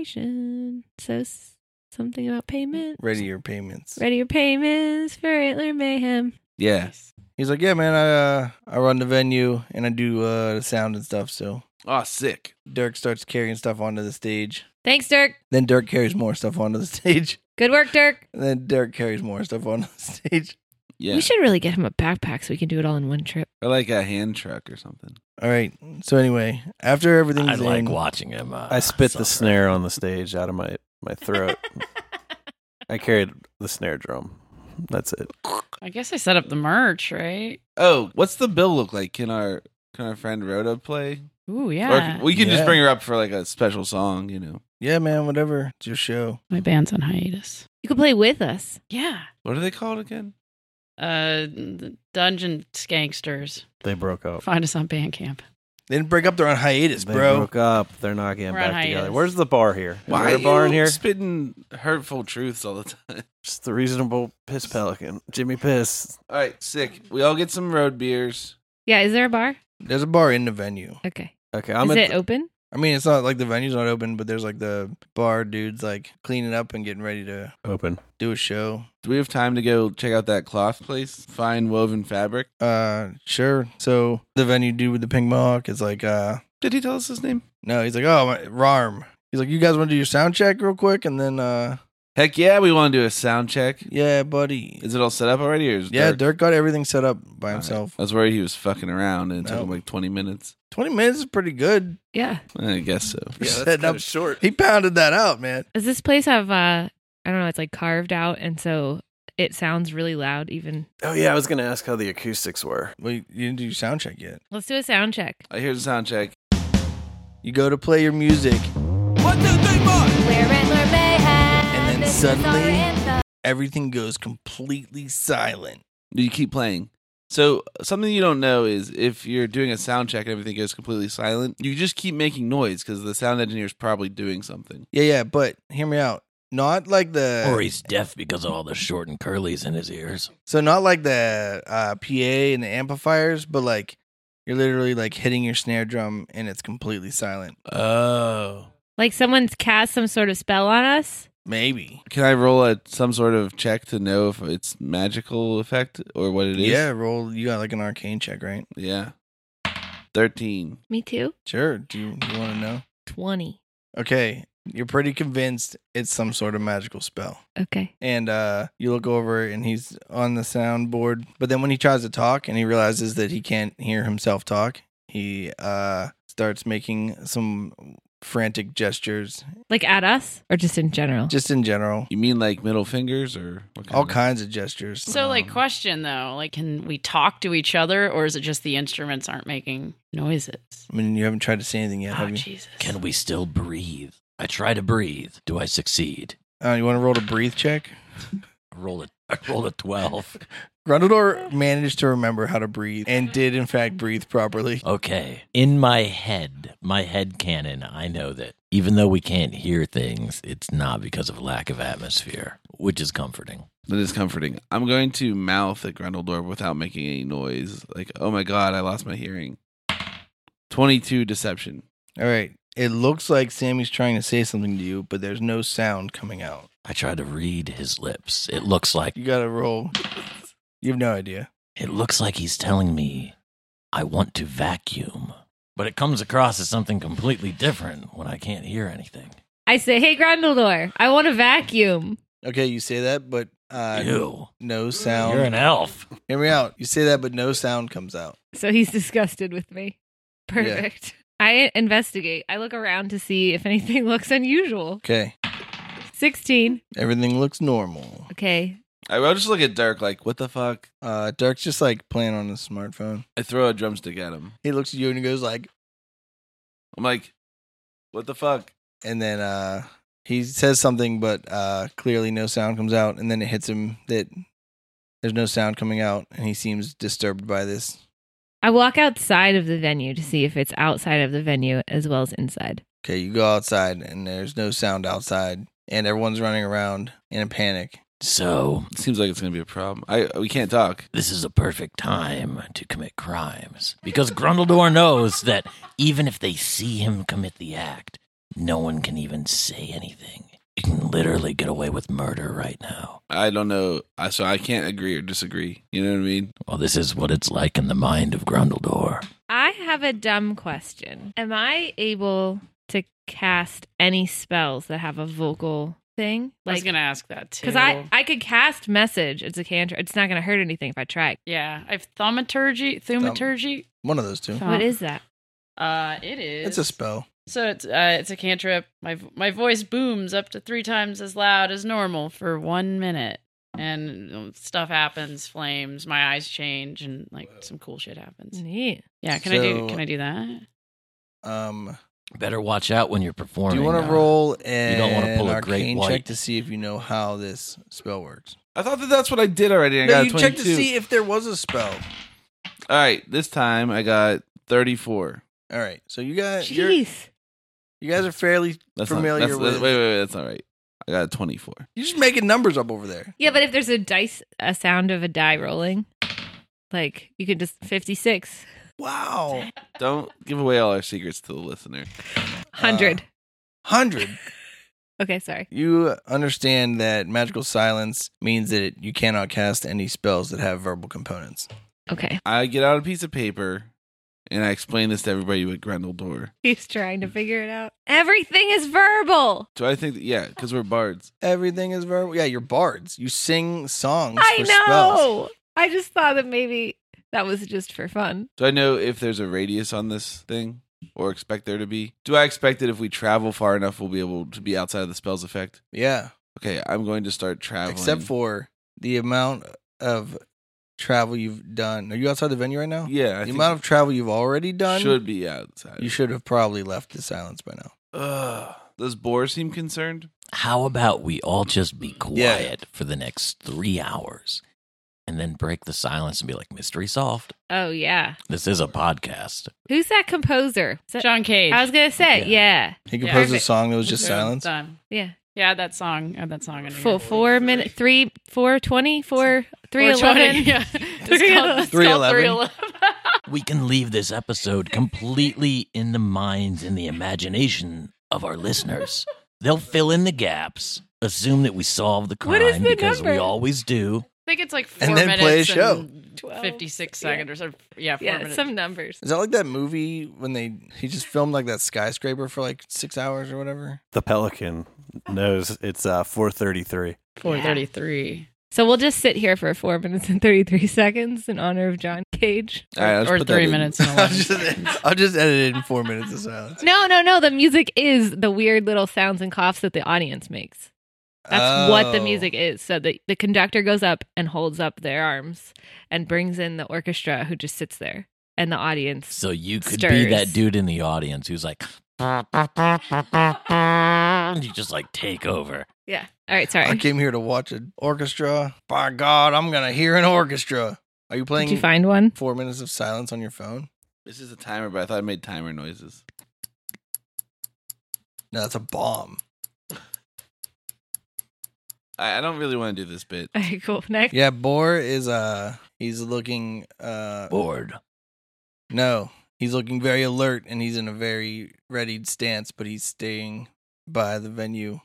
Speaker 6: celebration. So s- something about payment.
Speaker 2: ready your payments
Speaker 6: Ready your payments for Antler Mayhem.
Speaker 3: Yeah.
Speaker 2: He's like, yeah, man, I uh, I run the venue and I do uh, the sound and stuff. So
Speaker 3: Oh, sick.
Speaker 2: Dirk starts carrying stuff onto the stage.
Speaker 6: Thanks, Dirk.
Speaker 2: Then Dirk carries more stuff onto the *laughs* stage.
Speaker 6: Good work, Dirk.
Speaker 2: And then Dirk carries more stuff onto the stage.
Speaker 3: Yeah.
Speaker 6: We should really get him a backpack so we can do it all in one trip.
Speaker 3: or like a hand truck or something.
Speaker 2: All right. So anyway, after everything's
Speaker 1: I like
Speaker 2: in,
Speaker 1: watching him. Uh,
Speaker 4: I spit
Speaker 1: suffer.
Speaker 4: the snare on the stage out of my, my throat. I carried the snare drum. That's it.
Speaker 7: I guess I set up the merch, right?
Speaker 3: Oh, what's the bill look like? Can our can our friend Rhoda play?
Speaker 7: Ooh,
Speaker 3: Or
Speaker 7: yeah.
Speaker 3: can- we can just
Speaker 2: Yeah.
Speaker 3: bring her up for like a special song, you know.
Speaker 2: yeah, man, whatever. It's your show.
Speaker 7: My band's on hiatus.
Speaker 6: You could play with us.
Speaker 7: Yeah.
Speaker 3: What are they called again?
Speaker 7: Uh, the Dungeon Skanksters.
Speaker 4: They broke up.
Speaker 7: Find us on Bandcamp.
Speaker 2: They didn't break up. They're on hiatus,
Speaker 4: They
Speaker 2: bro.
Speaker 4: broke up. They're not getting
Speaker 7: We're on
Speaker 4: back together.
Speaker 7: hiatus.
Speaker 4: Where's the bar here? Is
Speaker 3: Why
Speaker 4: there
Speaker 3: are
Speaker 4: a bar in
Speaker 3: you
Speaker 4: here?
Speaker 3: spitting hurtful truths all the time?
Speaker 4: It's the reasonable piss pelican, Jimmy Piss.
Speaker 3: All right, sick. We all get some road beers.
Speaker 6: Yeah, is there a bar?
Speaker 2: There's a bar in the venue.
Speaker 6: Okay.
Speaker 4: Okay, I'm
Speaker 6: is
Speaker 4: at
Speaker 6: it
Speaker 4: the-
Speaker 6: open?
Speaker 2: I mean, it's not like the venue's not open, but there's like the bar dudes like cleaning up and getting ready to
Speaker 4: open.
Speaker 2: do a show.
Speaker 3: Do we have time to go check out that cloth place? Fine woven fabric.
Speaker 2: Uh, sure. So the venue dude with the pink mohawk is like, uh,
Speaker 3: Did he tell us his name?
Speaker 2: No, he's like, oh, my, Rarm. He's like, you guys want to do your sound check real quick, and then, uh,
Speaker 3: Heck yeah, we want to do a sound check.
Speaker 2: yeah, buddy.
Speaker 3: Is it all set up already? Or is
Speaker 2: yeah,
Speaker 3: Dirk-
Speaker 2: Dirk. got everything set up by
Speaker 3: All right.
Speaker 2: himself.
Speaker 3: I was worried he was fucking around and it took
Speaker 2: No.
Speaker 3: him like 20 minutes.
Speaker 2: Twenty minutes is pretty good.
Speaker 6: Yeah.
Speaker 3: I guess so.
Speaker 2: Yeah,
Speaker 3: *laughs*
Speaker 2: that's Setting up-
Speaker 4: short.
Speaker 2: He pounded that out, man.
Speaker 6: Does this place have uh I don't know, it's like carved out and so it sounds really loud even.
Speaker 4: Oh yeah, I was gonna ask how the acoustics were.
Speaker 2: Well, you you didn't do your sound check yet.
Speaker 6: Let's do a sound check.
Speaker 3: I hear the sound check.
Speaker 2: You go to play your music,
Speaker 5: We're Antler Mayhem.
Speaker 2: And then
Speaker 5: This is
Speaker 2: suddenly-
Speaker 5: our anthem.
Speaker 2: everything goes completely silent.
Speaker 3: You keep playing. So something you don't know is if you're doing a sound check and everything goes completely silent, you just keep making noise because the sound engineer's probably doing something.
Speaker 2: Yeah, yeah, but hear me out. Not like the
Speaker 3: e
Speaker 1: Or he's deaf because of all the short and curlies in his ears.
Speaker 2: so not like the uh, PA and the amplifiers, but like you're literally like hitting your snare drum and it's completely silent.
Speaker 3: Oh.
Speaker 6: Like someone's cast some sort of spell on us
Speaker 2: Maybe.
Speaker 3: Can I roll a some sort of check to know if it's magical effect or what it is?
Speaker 2: Yeah, roll. You got like an arcane check, right?
Speaker 3: Yeah. 13.
Speaker 6: Me too.
Speaker 2: Sure. Do you, you want to know?
Speaker 6: 20.
Speaker 2: Okay. You're pretty convinced it's some sort of magical spell.
Speaker 6: Okay.
Speaker 2: And uh, you look over and he's on the soundboard. But then when he tries to talk and he realizes that he can't hear himself talk, he uh, starts making some frantic gestures
Speaker 6: Like at us or just in general?
Speaker 2: just in general.
Speaker 3: You mean like middle fingers or what
Speaker 2: All
Speaker 3: of-
Speaker 2: kinds of gestures.
Speaker 7: So, like,
Speaker 2: Um,
Speaker 7: question though, like, can we talk to each other, or is it just the instruments aren't making noises?
Speaker 2: I mean, you haven't tried to say anything yet,
Speaker 7: oh,
Speaker 2: have you?
Speaker 7: Jesus!
Speaker 1: Can we still breathe? I try to breathe. Do I succeed?
Speaker 2: Uh, you want to roll a breathe check?
Speaker 1: I roll a, *laughs* I roll a 12.
Speaker 2: *laughs* Grundledor managed to remember how to breathe and did, in fact, breathe properly.
Speaker 1: Okay. In my head, my head canon, I know that even though we can't hear things, it's not because of lack of atmosphere, which is comforting.
Speaker 3: That is comforting. I'm going to mouth at Grundledor without making any noise. Like, oh my god, I lost my hearing. 22 deception.
Speaker 2: All right. It looks like Sammy's trying to say something to you, but there's no sound coming out.
Speaker 1: I try to read his lips. It looks like
Speaker 2: You got to roll. You have no idea.
Speaker 1: it looks like he's telling me I want to vacuum. But it comes across as something completely different when I can't hear anything.
Speaker 6: I say, hey, Grindeldor, I want a vacuum.
Speaker 2: Okay, you say that, but uh,
Speaker 1: Ew.
Speaker 2: no
Speaker 1: You're an
Speaker 2: sound.
Speaker 1: elf.
Speaker 2: Hear me out. You say that, but no sound comes out.
Speaker 6: So he's disgusted with me. Perfect. I investigate. I look around to see if anything *laughs* looks unusual.
Speaker 2: Okay.
Speaker 6: 16.
Speaker 2: Everything looks normal.
Speaker 6: Okay.
Speaker 3: I- I'll just look at Dirk like, what the fuck?
Speaker 2: Uh, Dirk's just like playing on his smartphone.
Speaker 3: I throw a drumstick at him.
Speaker 2: He looks at you and he goes like,
Speaker 3: I'm like, what the fuck?
Speaker 2: and then uh, he says something, but uh, clearly no sound comes out. And then it hits him that there's no sound coming out, and he seems disturbed by this.
Speaker 6: I walk outside of the venue to see if it's outside of the venue as well as inside.
Speaker 2: Okay, you go outside and there's no sound outside, and everyone's running around in a panic.
Speaker 1: So,
Speaker 3: Seems like it's going to be a problem. I we can't talk.
Speaker 1: this is a perfect time to commit crimes because Grundledor knows that even if they see him commit the act, no one can even say anything. You can literally get away with murder right now.
Speaker 3: I don't know. I so I can't agree or disagree. You know what I mean?
Speaker 1: Well, this is what it's like in the mind of Grundledor.
Speaker 6: I have a dumb question. Am I able to cast any spells that have a vocal thing?
Speaker 7: I was gonna ask that too.
Speaker 6: because I I could cast message. It's a cantrip. It's not going to hurt anything if I try.
Speaker 7: yeah, I've thaumaturgy, thaumaturgy.
Speaker 2: One of those two.
Speaker 7: Thum-
Speaker 6: What is that?
Speaker 7: Uh, it is.
Speaker 2: It's a spell.
Speaker 7: So it's uh, it's a cantrip. My my voice booms up to three times as loud as normal for one minute, and stuff happens. Flames. My eyes change, and like some cool shit happens.
Speaker 6: Neat.
Speaker 7: Yeah. Can I do?
Speaker 2: So-
Speaker 7: Can I do that?
Speaker 2: Um,
Speaker 1: Better watch out when you're
Speaker 2: do
Speaker 1: performing.
Speaker 2: you want
Speaker 1: uh,
Speaker 2: to roll an
Speaker 1: don't wanna pull a great
Speaker 2: arcane check
Speaker 1: white.
Speaker 2: to see if you know how this spell works?
Speaker 3: I thought that that's what I did already. I
Speaker 2: no,
Speaker 3: got
Speaker 2: you
Speaker 3: a 22.
Speaker 2: check to see if there was a spell.
Speaker 3: All right, this time I got 34.
Speaker 2: All right, so you guys, you're, you
Speaker 6: Jeez.
Speaker 2: guys are fairly
Speaker 3: That's
Speaker 2: familiar
Speaker 3: not, that's,
Speaker 2: with.
Speaker 3: that's- wait, wait, wait, that's not right. I got a 24.
Speaker 2: You're just making numbers up over there.
Speaker 6: Yeah, but if there's a dice, a sound of a die rolling, like you could just 56,
Speaker 2: Wow,
Speaker 3: Don't give away all our secrets to the listener.
Speaker 6: 100.
Speaker 2: hundred.
Speaker 6: okay, sorry.
Speaker 2: You understand that magical silence means that it, you cannot cast any spells that have verbal components.
Speaker 6: Okay.
Speaker 3: I get out a piece of paper and I explain this to everybody with Grendeldor.
Speaker 6: *laughs* He's trying to figure it out. Everything is verbal.
Speaker 3: Do I think that, yeah, because we're bards.
Speaker 2: Everything is verbal. Yeah, you're bards. You sing songs.
Speaker 6: I
Speaker 2: for
Speaker 6: know.
Speaker 2: Spells.
Speaker 6: I just thought that maybe that was just for fun.
Speaker 3: Do I know if there's a radius on this thing or expect there to be? Do I expect that if we travel far enough, we'll be able to be outside of the spell's effect?
Speaker 2: Yeah,
Speaker 3: Okay, I'm going to start traveling.
Speaker 2: except for the amount of travel you've done. Are you outside the venue right now?
Speaker 3: yeah, I
Speaker 2: the
Speaker 3: think
Speaker 2: amount of travel you've already done.
Speaker 3: should be outside.
Speaker 2: you should have probably left the silence by now.
Speaker 3: Ugh. Does Boar seem concerned?
Speaker 1: How about we all just be quiet
Speaker 2: Yeah.
Speaker 1: for the next three hours and then break the silence and be like, mystery solved?
Speaker 6: Oh, yeah.
Speaker 1: This is a podcast.
Speaker 6: Who's that composer? Is that-
Speaker 7: John Cage.
Speaker 6: I was going to say, yeah.
Speaker 2: He
Speaker 7: Yeah.
Speaker 2: composed a
Speaker 6: Perfect.
Speaker 2: song that was just
Speaker 7: Yeah,
Speaker 2: silence.
Speaker 7: done.
Speaker 6: Yeah.
Speaker 7: Yeah, add that song. Add that song. in here.
Speaker 6: Four, four minute, three, four twenty, four, three
Speaker 7: 420,
Speaker 6: eleven.
Speaker 7: *laughs* Yeah. It's called- it's called
Speaker 2: 311.
Speaker 7: 311.
Speaker 1: We can leave this episode completely in the minds and the imagination of our listeners. They'll fill in the gaps assume that we solve the crime
Speaker 6: What is the
Speaker 1: because we
Speaker 6: number?
Speaker 1: always do.
Speaker 7: I think it's like four
Speaker 2: And then
Speaker 7: minutes
Speaker 2: play a
Speaker 7: and
Speaker 6: 12.
Speaker 7: 56
Speaker 6: Yeah.
Speaker 7: seconds or so. Yeah, four
Speaker 6: Yeah,
Speaker 7: minutes.
Speaker 6: some numbers.
Speaker 2: Is that like that movie when they he just filmed like that skyscraper for like six hours or whatever?
Speaker 4: The pelican knows it's uh 4:33.
Speaker 7: 433.
Speaker 6: So we'll just sit here for four minutes and 33 *laughs* seconds in honor of John Cage.
Speaker 3: All right, let's
Speaker 7: Or
Speaker 3: put that
Speaker 7: three
Speaker 3: in. *laughs*
Speaker 7: minutes and
Speaker 2: I'll
Speaker 7: 11
Speaker 2: just,
Speaker 7: seconds.
Speaker 2: I'll just edit it in four minutes of silence.
Speaker 6: No, no, no. The music is the weird little sounds and coughs that the audience makes. That's what the
Speaker 2: Oh.
Speaker 6: music is. So the, the conductor goes up and holds up their arms and brings in the orchestra who just sits there and the audience.
Speaker 1: So you could be
Speaker 6: Stirs.
Speaker 1: that dude in the audience who's like, and you just like take over.
Speaker 6: Yeah. All right. Sorry.
Speaker 2: Oh, I came here to watch an orchestra. By God, I'm gonna hear an orchestra. Are you playing
Speaker 6: Did you find one? *laughs*
Speaker 2: four minutes of silence on your phone?
Speaker 3: This is a timer, but I thought it made timer noises.
Speaker 2: No, that's a bomb.
Speaker 3: I, I don't really want to do this bit.
Speaker 6: All right. Cool. Next.
Speaker 2: Yeah, Boar is uh he's looking uh
Speaker 1: Bored.
Speaker 2: no. He's looking very alert and he's in a very readied stance, but he's staying by the venue.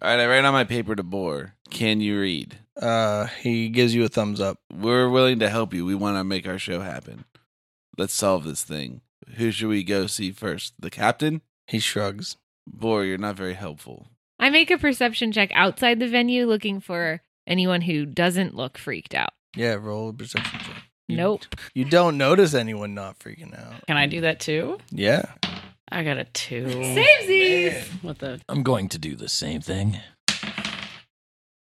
Speaker 3: All right, I write on my paper to bore. Can you read?
Speaker 2: Uh he gives you a thumbs up.
Speaker 3: We're willing to help you. We want to make our show happen. Let's solve this thing. Who should we go see first? The captain?
Speaker 2: He shrugs.
Speaker 3: Bore, you're not very helpful.
Speaker 6: I make a perception check outside the venue looking for anyone who doesn't look freaked out.
Speaker 2: Yeah, roll a perception check. You-
Speaker 6: Nope.
Speaker 2: You don't notice anyone not freaking out.
Speaker 7: Can I do that too?
Speaker 2: Yeah.
Speaker 7: I got a two.
Speaker 1: Oh,
Speaker 7: *laughs*
Speaker 6: Samesies!
Speaker 7: What the?
Speaker 1: I'm going to do the same thing.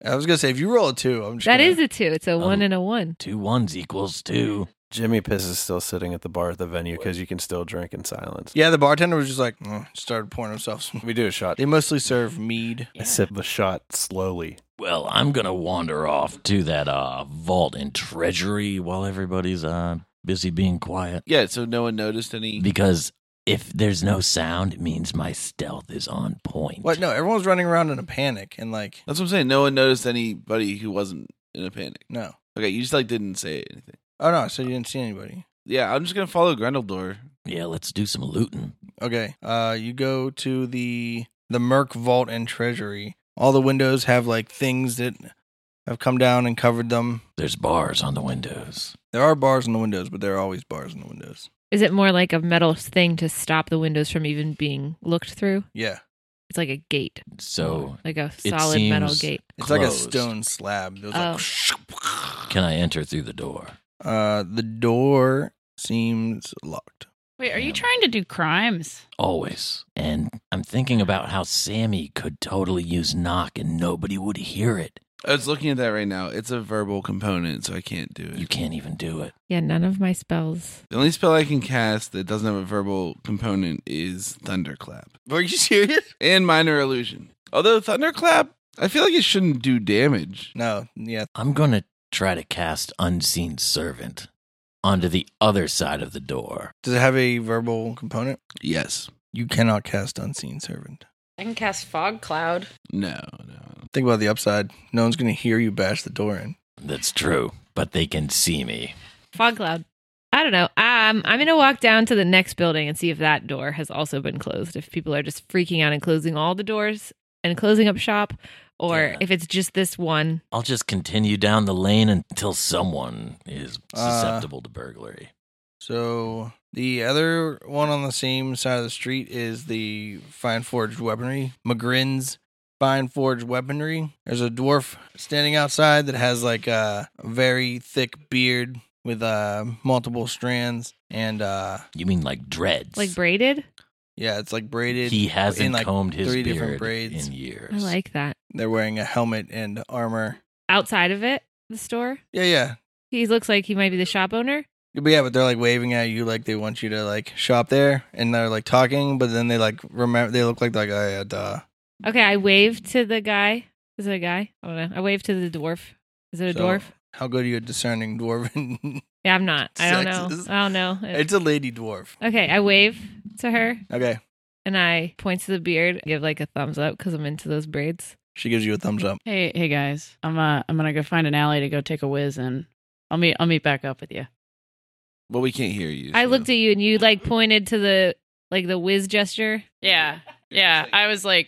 Speaker 2: I was gonna say if you roll a two, I'm just
Speaker 6: That
Speaker 2: gonna-
Speaker 6: is a two. It's
Speaker 7: Oh.
Speaker 6: a one
Speaker 1: Um,
Speaker 6: and a one.
Speaker 1: Two ones equals two.
Speaker 4: Jimmy Piss is still sitting at the bar at the venue because you can still drink in silence.
Speaker 2: Yeah, the bartender was just like "Mm," started pouring himself some
Speaker 4: We do a shot.
Speaker 2: They mostly serve mead.
Speaker 4: I sip the shot slowly.
Speaker 1: Well, I'm gonna wander off to that uh, vault and treasury while everybody's uh, busy being quiet.
Speaker 3: Yeah, so no one noticed any.
Speaker 1: Because if there's no sound, it means my stealth is on point.
Speaker 2: What? No, everyone's running around in a panic and like,
Speaker 3: That's what I'm saying. No one noticed anybody who wasn't in a panic.
Speaker 2: no.
Speaker 3: Okay, you just like didn't say anything.
Speaker 2: Oh no, so you didn't see anybody.
Speaker 3: Yeah, I'm just gonna follow Grendeldor.
Speaker 1: Yeah, let's do some looting.
Speaker 2: Okay. Uh, you go to the the Merc Vault and Treasury. All the windows have like things that have come down and covered them.
Speaker 1: There's bars on the windows.
Speaker 2: There are bars in the windows, but there are always bars in the windows.
Speaker 6: Is it more like a metal thing to stop the windows from even being looked through?
Speaker 2: Yeah,
Speaker 6: It's like a gate.
Speaker 1: So
Speaker 6: like a
Speaker 1: it
Speaker 6: solid metal
Speaker 1: seems-
Speaker 6: gate. Oh.
Speaker 2: it's like a
Speaker 1: Closed.
Speaker 2: stone slab. It was like,
Speaker 1: can I enter through the door?
Speaker 2: uh, the door seems locked.
Speaker 7: Wait, are you
Speaker 1: Yeah.
Speaker 7: trying to do crimes?
Speaker 1: Always. And I'm thinking about how Sammy could totally use knock and nobody would hear it.
Speaker 3: I was looking at that right now. It's a verbal component, so I can't do it.
Speaker 1: You can't even do it.
Speaker 6: Yeah, none of my spells.
Speaker 3: The only spell I can cast that doesn't have a verbal component is Thunderclap
Speaker 2: Are you serious?
Speaker 3: and Minor Illusion. Although Thunderclap, I feel like it shouldn't do damage.
Speaker 2: No. Yeah.
Speaker 1: I'm going to try to cast Unseen Servant onto the other side of the door.
Speaker 2: Does it have a verbal component?
Speaker 3: Yes.
Speaker 2: You cannot cast unseen servant.
Speaker 7: I can cast fog cloud.
Speaker 3: No, no.
Speaker 2: Think about the upside. No one's going to hear you bash the door in.
Speaker 1: That's true, but they can see me.
Speaker 6: Fog cloud. I don't know. Um, I'm gonna walk down to the next building and see if that door has also been closed. If people are just freaking out and closing all the doors and closing up shop, or
Speaker 1: Yeah.
Speaker 6: if it's just this one.
Speaker 1: I'll just continue down the lane until someone is
Speaker 2: Uh,
Speaker 1: susceptible to burglary.
Speaker 2: So the other one on the same side of the street is the fine forged weaponry, McGrin's fine forged weaponry. There's a dwarf standing outside that has like a very thick beard with uh, multiple strands, and uh,
Speaker 1: You mean like dreads?
Speaker 6: Like braided?
Speaker 2: yeah, it's like braided.
Speaker 1: he hasn't
Speaker 2: in, like,
Speaker 1: combed his
Speaker 2: three
Speaker 1: beard
Speaker 2: different braids.
Speaker 1: in years.
Speaker 6: I like that.
Speaker 2: They're wearing a helmet and armor.
Speaker 6: Outside of it, the store?
Speaker 2: Yeah, yeah. uh, *laughs*
Speaker 7: uh, Yeah, I was like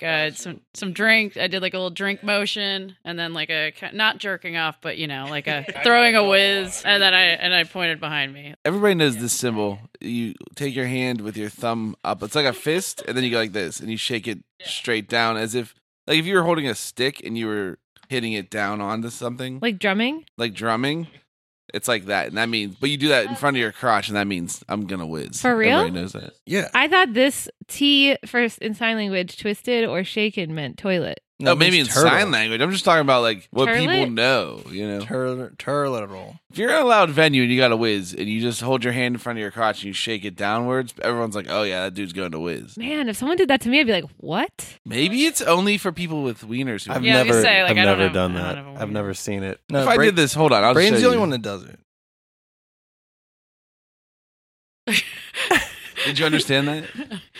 Speaker 7: uh, some some drink. I did like a little drink motion, and then like a ki- not jerking off, but you know,
Speaker 3: *laughs*
Speaker 7: like a *laughs* throwing a whiz, and then I and I pointed behind me.
Speaker 3: Everybody knows this symbol. You take your hand with your thumb up. It's like a fist, and then you go like this, and you shake it straight down as if like if you were holding a stick and you were hitting it down onto something, like,
Speaker 6: Like drumming?
Speaker 3: drumming. It's like that, and that means. But you do that in front of your crotch, and that means I'm gonna whiz.
Speaker 6: For real?
Speaker 3: Everybody knows that.
Speaker 2: Yeah.
Speaker 6: I thought this T first in sign language, twisted or shaken, meant toilet.
Speaker 3: No, Oh, maybe in sign language. I'm just talking about like what people
Speaker 6: Turlet?
Speaker 3: know. You know,
Speaker 2: Tur- turtle.
Speaker 3: if you're in a loud venue and you got a whiz, and you just hold your hand in front of your crotch and you shake it downwards, everyone's like, "Oh yeah, that dude's going to whiz."
Speaker 6: Man, if someone did that to me, I'd be like, what?
Speaker 3: Maybe it's only for people with wieners. Who
Speaker 4: I've
Speaker 7: Yeah, I was gonna
Speaker 4: never,
Speaker 7: say, like,
Speaker 4: I've
Speaker 7: I don't
Speaker 4: never
Speaker 7: have-
Speaker 4: done
Speaker 7: I don't
Speaker 4: that.
Speaker 7: have a
Speaker 4: I've
Speaker 7: wiener.
Speaker 4: never seen it.
Speaker 2: No,
Speaker 3: if I
Speaker 2: Bra-
Speaker 3: did this, hold on. I'll
Speaker 2: Brain's
Speaker 3: show
Speaker 2: the only
Speaker 3: you.
Speaker 2: one that does it.
Speaker 3: Did you understand
Speaker 7: *laughs*
Speaker 3: that?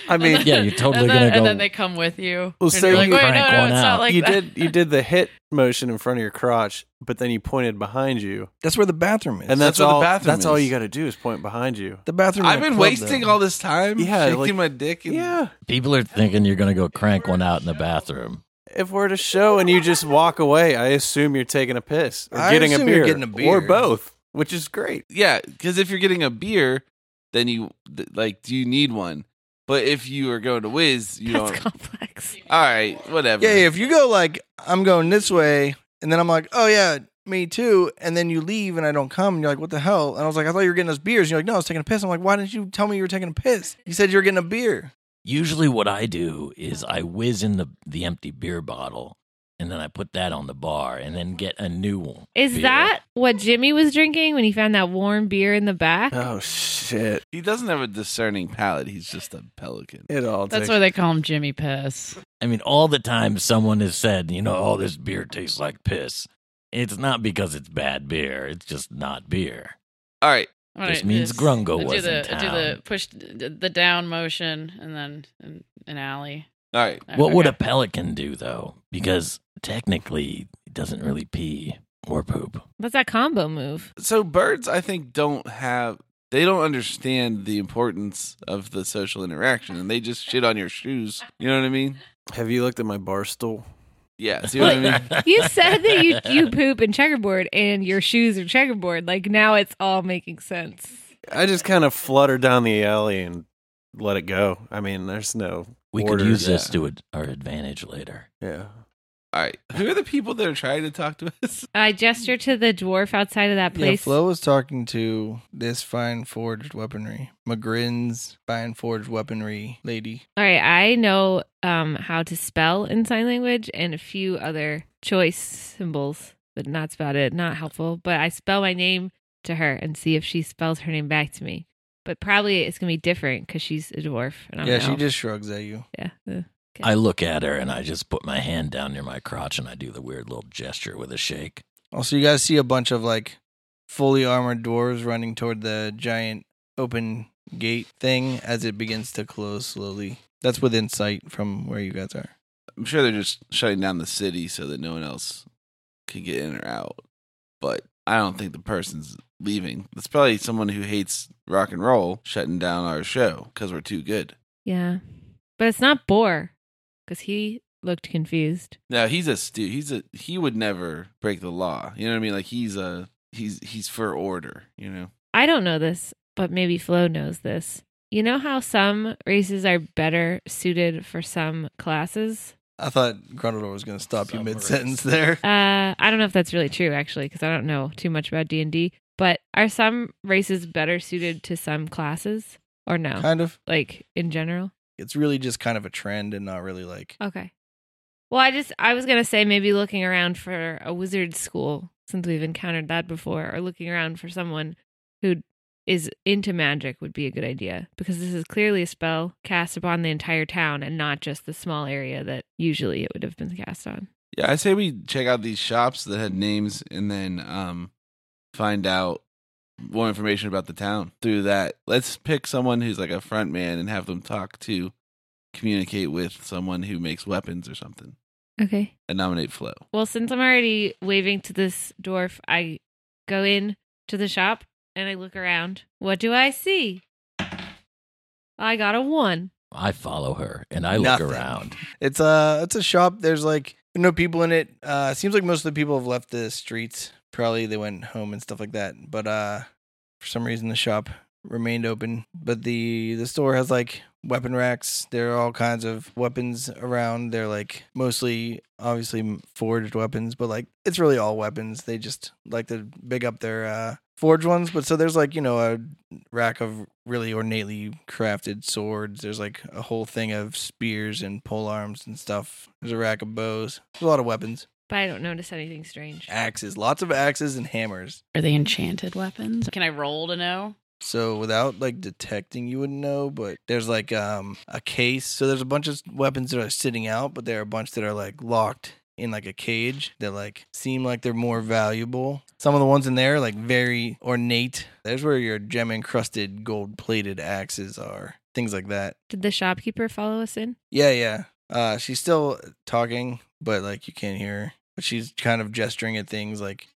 Speaker 4: I mean,
Speaker 1: Yeah, you're totally
Speaker 7: and then,
Speaker 1: gonna go-
Speaker 7: And then they come with you.
Speaker 4: Well,
Speaker 7: and
Speaker 4: say
Speaker 7: you're like,
Speaker 4: you
Speaker 7: wait,
Speaker 1: crank
Speaker 7: no, no,
Speaker 1: one
Speaker 7: it's not
Speaker 1: out.
Speaker 7: like
Speaker 4: you
Speaker 7: that. *laughs*
Speaker 4: did you did the hit motion in front of your crotch, but then you pointed behind you,
Speaker 2: That's where the bathroom is.
Speaker 4: and that's,
Speaker 3: That's where the
Speaker 4: all.
Speaker 3: bathroom
Speaker 4: that's all
Speaker 3: is.
Speaker 4: you got to do is point behind you.
Speaker 2: the bathroom. in
Speaker 3: I've
Speaker 2: a
Speaker 3: been
Speaker 2: club,
Speaker 3: wasting
Speaker 2: though.
Speaker 3: all this time
Speaker 4: Yeah,
Speaker 3: shaking
Speaker 4: like-
Speaker 3: my dick. And
Speaker 4: Yeah.
Speaker 1: People are thinking you're gonna go crank one out in the bathroom.
Speaker 4: If we're at a show and you just walk away, I assume you're taking a piss or
Speaker 2: I
Speaker 4: getting a
Speaker 2: assume you're
Speaker 4: beer,
Speaker 2: getting a beer.
Speaker 4: or both, which is great.
Speaker 3: yeah, because if you're getting a beer, then you th- like, do you need one? But if you are going to whiz, you
Speaker 6: That's
Speaker 3: don't.
Speaker 6: complex.
Speaker 3: All right, whatever.
Speaker 2: Yeah, yeah, if you go like I'm going this way, and then I'm like, oh yeah, me too, and then you leave, and I don't come, and you're like, what the hell? And I was like, I thought you were getting us beers. And you're like, no, I was taking a piss. I'm like, why didn't you tell me you were taking a piss? You said you were getting a beer.
Speaker 1: Usually, what I do is I whiz in the the empty beer bottle, and then I put that on the bar, and then get a new one.
Speaker 6: Is
Speaker 1: beer.
Speaker 6: that what Jimmy was drinking when he found that warm beer in the back?
Speaker 3: Uh.
Speaker 4: Oh shit!
Speaker 3: He doesn't have a discerning palate. He's just a pelican.
Speaker 4: It all.
Speaker 7: That's
Speaker 4: takes-
Speaker 7: why they call him Jimmy Piss.
Speaker 1: I mean, all the time someone has said, you know, oh, this beer tastes like piss. It's not because it's bad beer. It's just not beer.
Speaker 3: All right,
Speaker 7: All
Speaker 1: This
Speaker 7: right,
Speaker 1: means Grungo
Speaker 7: I do
Speaker 1: was
Speaker 7: the,
Speaker 1: in
Speaker 7: I do the
Speaker 1: town.
Speaker 7: push the the down motion and then an, an alley.
Speaker 3: all right.
Speaker 1: What would a
Speaker 7: Okay.
Speaker 1: pelican do, though? Because technically, it doesn't really pee or poop.
Speaker 6: What's that combo move?
Speaker 3: So birds, I think, don't have. They don't understand the importance of the social interaction, and they just shit on your shoes. You know what I mean?
Speaker 4: Have you looked at my bar stool?
Speaker 3: Yeah. See
Speaker 1: *laughs*
Speaker 3: what I mean?
Speaker 6: You said
Speaker 3: *laughs*
Speaker 6: that you you poop in checkerboard and your shoes are checkerboard. Like now it's all making sense.
Speaker 4: I just kind of flutter down the alley and let it go. I mean, there's no.
Speaker 1: We
Speaker 4: order
Speaker 1: could use
Speaker 4: to-
Speaker 1: this to ad- our advantage later.
Speaker 4: Yeah.
Speaker 3: All right. Who are the people that are trying to talk to us?
Speaker 6: I gesture to the dwarf outside of that
Speaker 2: Yeah,
Speaker 6: place.
Speaker 2: Flo was talking to this fine forged weaponry, McGrin's fine forged weaponry lady.
Speaker 6: all right, I know um, how to spell in sign language and a few other choice symbols, but that's about it. Not helpful. But I spell my name to her and see if she spells her name back to me. But probably it's gonna be different because she's a dwarf. And I'm
Speaker 2: yeah,
Speaker 6: an
Speaker 2: she
Speaker 6: elf.
Speaker 2: just shrugs at you.
Speaker 6: yeah. uh,
Speaker 1: I look at her and I just put my hand down near my crotch and I do the weird little gesture with a shake.
Speaker 2: Also, you guys see a bunch of like fully armored dwarves running toward the giant open gate thing as it begins to close slowly. That's within sight from where you guys are.
Speaker 3: I'm sure they're just shutting down the city so that no one else can get in or out. But I don't think the person's leaving. It's probably someone who hates rock and roll shutting down our show because we're too good.
Speaker 6: Yeah. But it's not Boar because he looked confused.
Speaker 3: No, he's a stu. He's a he would never break the law. You know what I mean? Like he's a he's he's for order. You know.
Speaker 6: I don't know this, but maybe Flo knows this. You know how some races are better suited for some classes?
Speaker 2: I thought Grundledor was going to stop you
Speaker 1: Some
Speaker 2: mid sentence there.
Speaker 6: Uh, I don't know if that's really true actually because I don't know too much about D&D, but are some races better suited to some classes or no?
Speaker 2: Kind of.
Speaker 6: Like in general?
Speaker 2: It's really just kind of a trend and not really like.
Speaker 6: Okay. Well, I just I was gonna say maybe looking around for a wizard school since we've encountered that before, or looking around for someone who is into magic would be a good idea because this is clearly a spell cast upon the entire town and not just the small area that usually it would have been cast on.
Speaker 3: Yeah, I say we check out these shops that had names and then um find out more information about the town through that. Let's pick someone who's like a front man and have them talk to communicate with someone who makes weapons or something.
Speaker 6: Okay.
Speaker 3: And nominate Flo.
Speaker 6: Well, since I'm already waving to this dwarf, I go in to the shop and I look around. What do I see? I got a one.
Speaker 1: I follow her and I look
Speaker 2: Nothing.
Speaker 1: around.
Speaker 2: It's a it's a shop. There's like no people in it. Uh, seems like most of the people have left the streets. Probably they went home and stuff like that. But uh, for some reason the shop remained open. But the the store has like weapon racks. There are all kinds of weapons around. They're like mostly obviously forged weapons, but like it's really all weapons. They just like to big up their uh forged ones. But so there's like you know a rack of really ornately crafted swords. There's like a whole thing of spears and pole arms and stuff. There's a rack of bows. There's a lot of weapons.
Speaker 6: But I don't notice anything strange.
Speaker 2: Axes, lots of axes and hammers.
Speaker 7: Are they enchanted weapons? Can I roll to know?
Speaker 2: So without like detecting, you wouldn't know. But there's like um a case. So there's a bunch of weapons that are sitting out, but there are a bunch that are like locked in like a cage that like seem like they're more valuable. Some of the ones in there are, like very ornate. There's where your gem encrusted gold plated axes are. Things like that.
Speaker 6: Did the shopkeeper follow us in?
Speaker 2: Yeah, yeah. Uh, she's still talking, but like you can't hear her. But she's kind of gesturing at things like,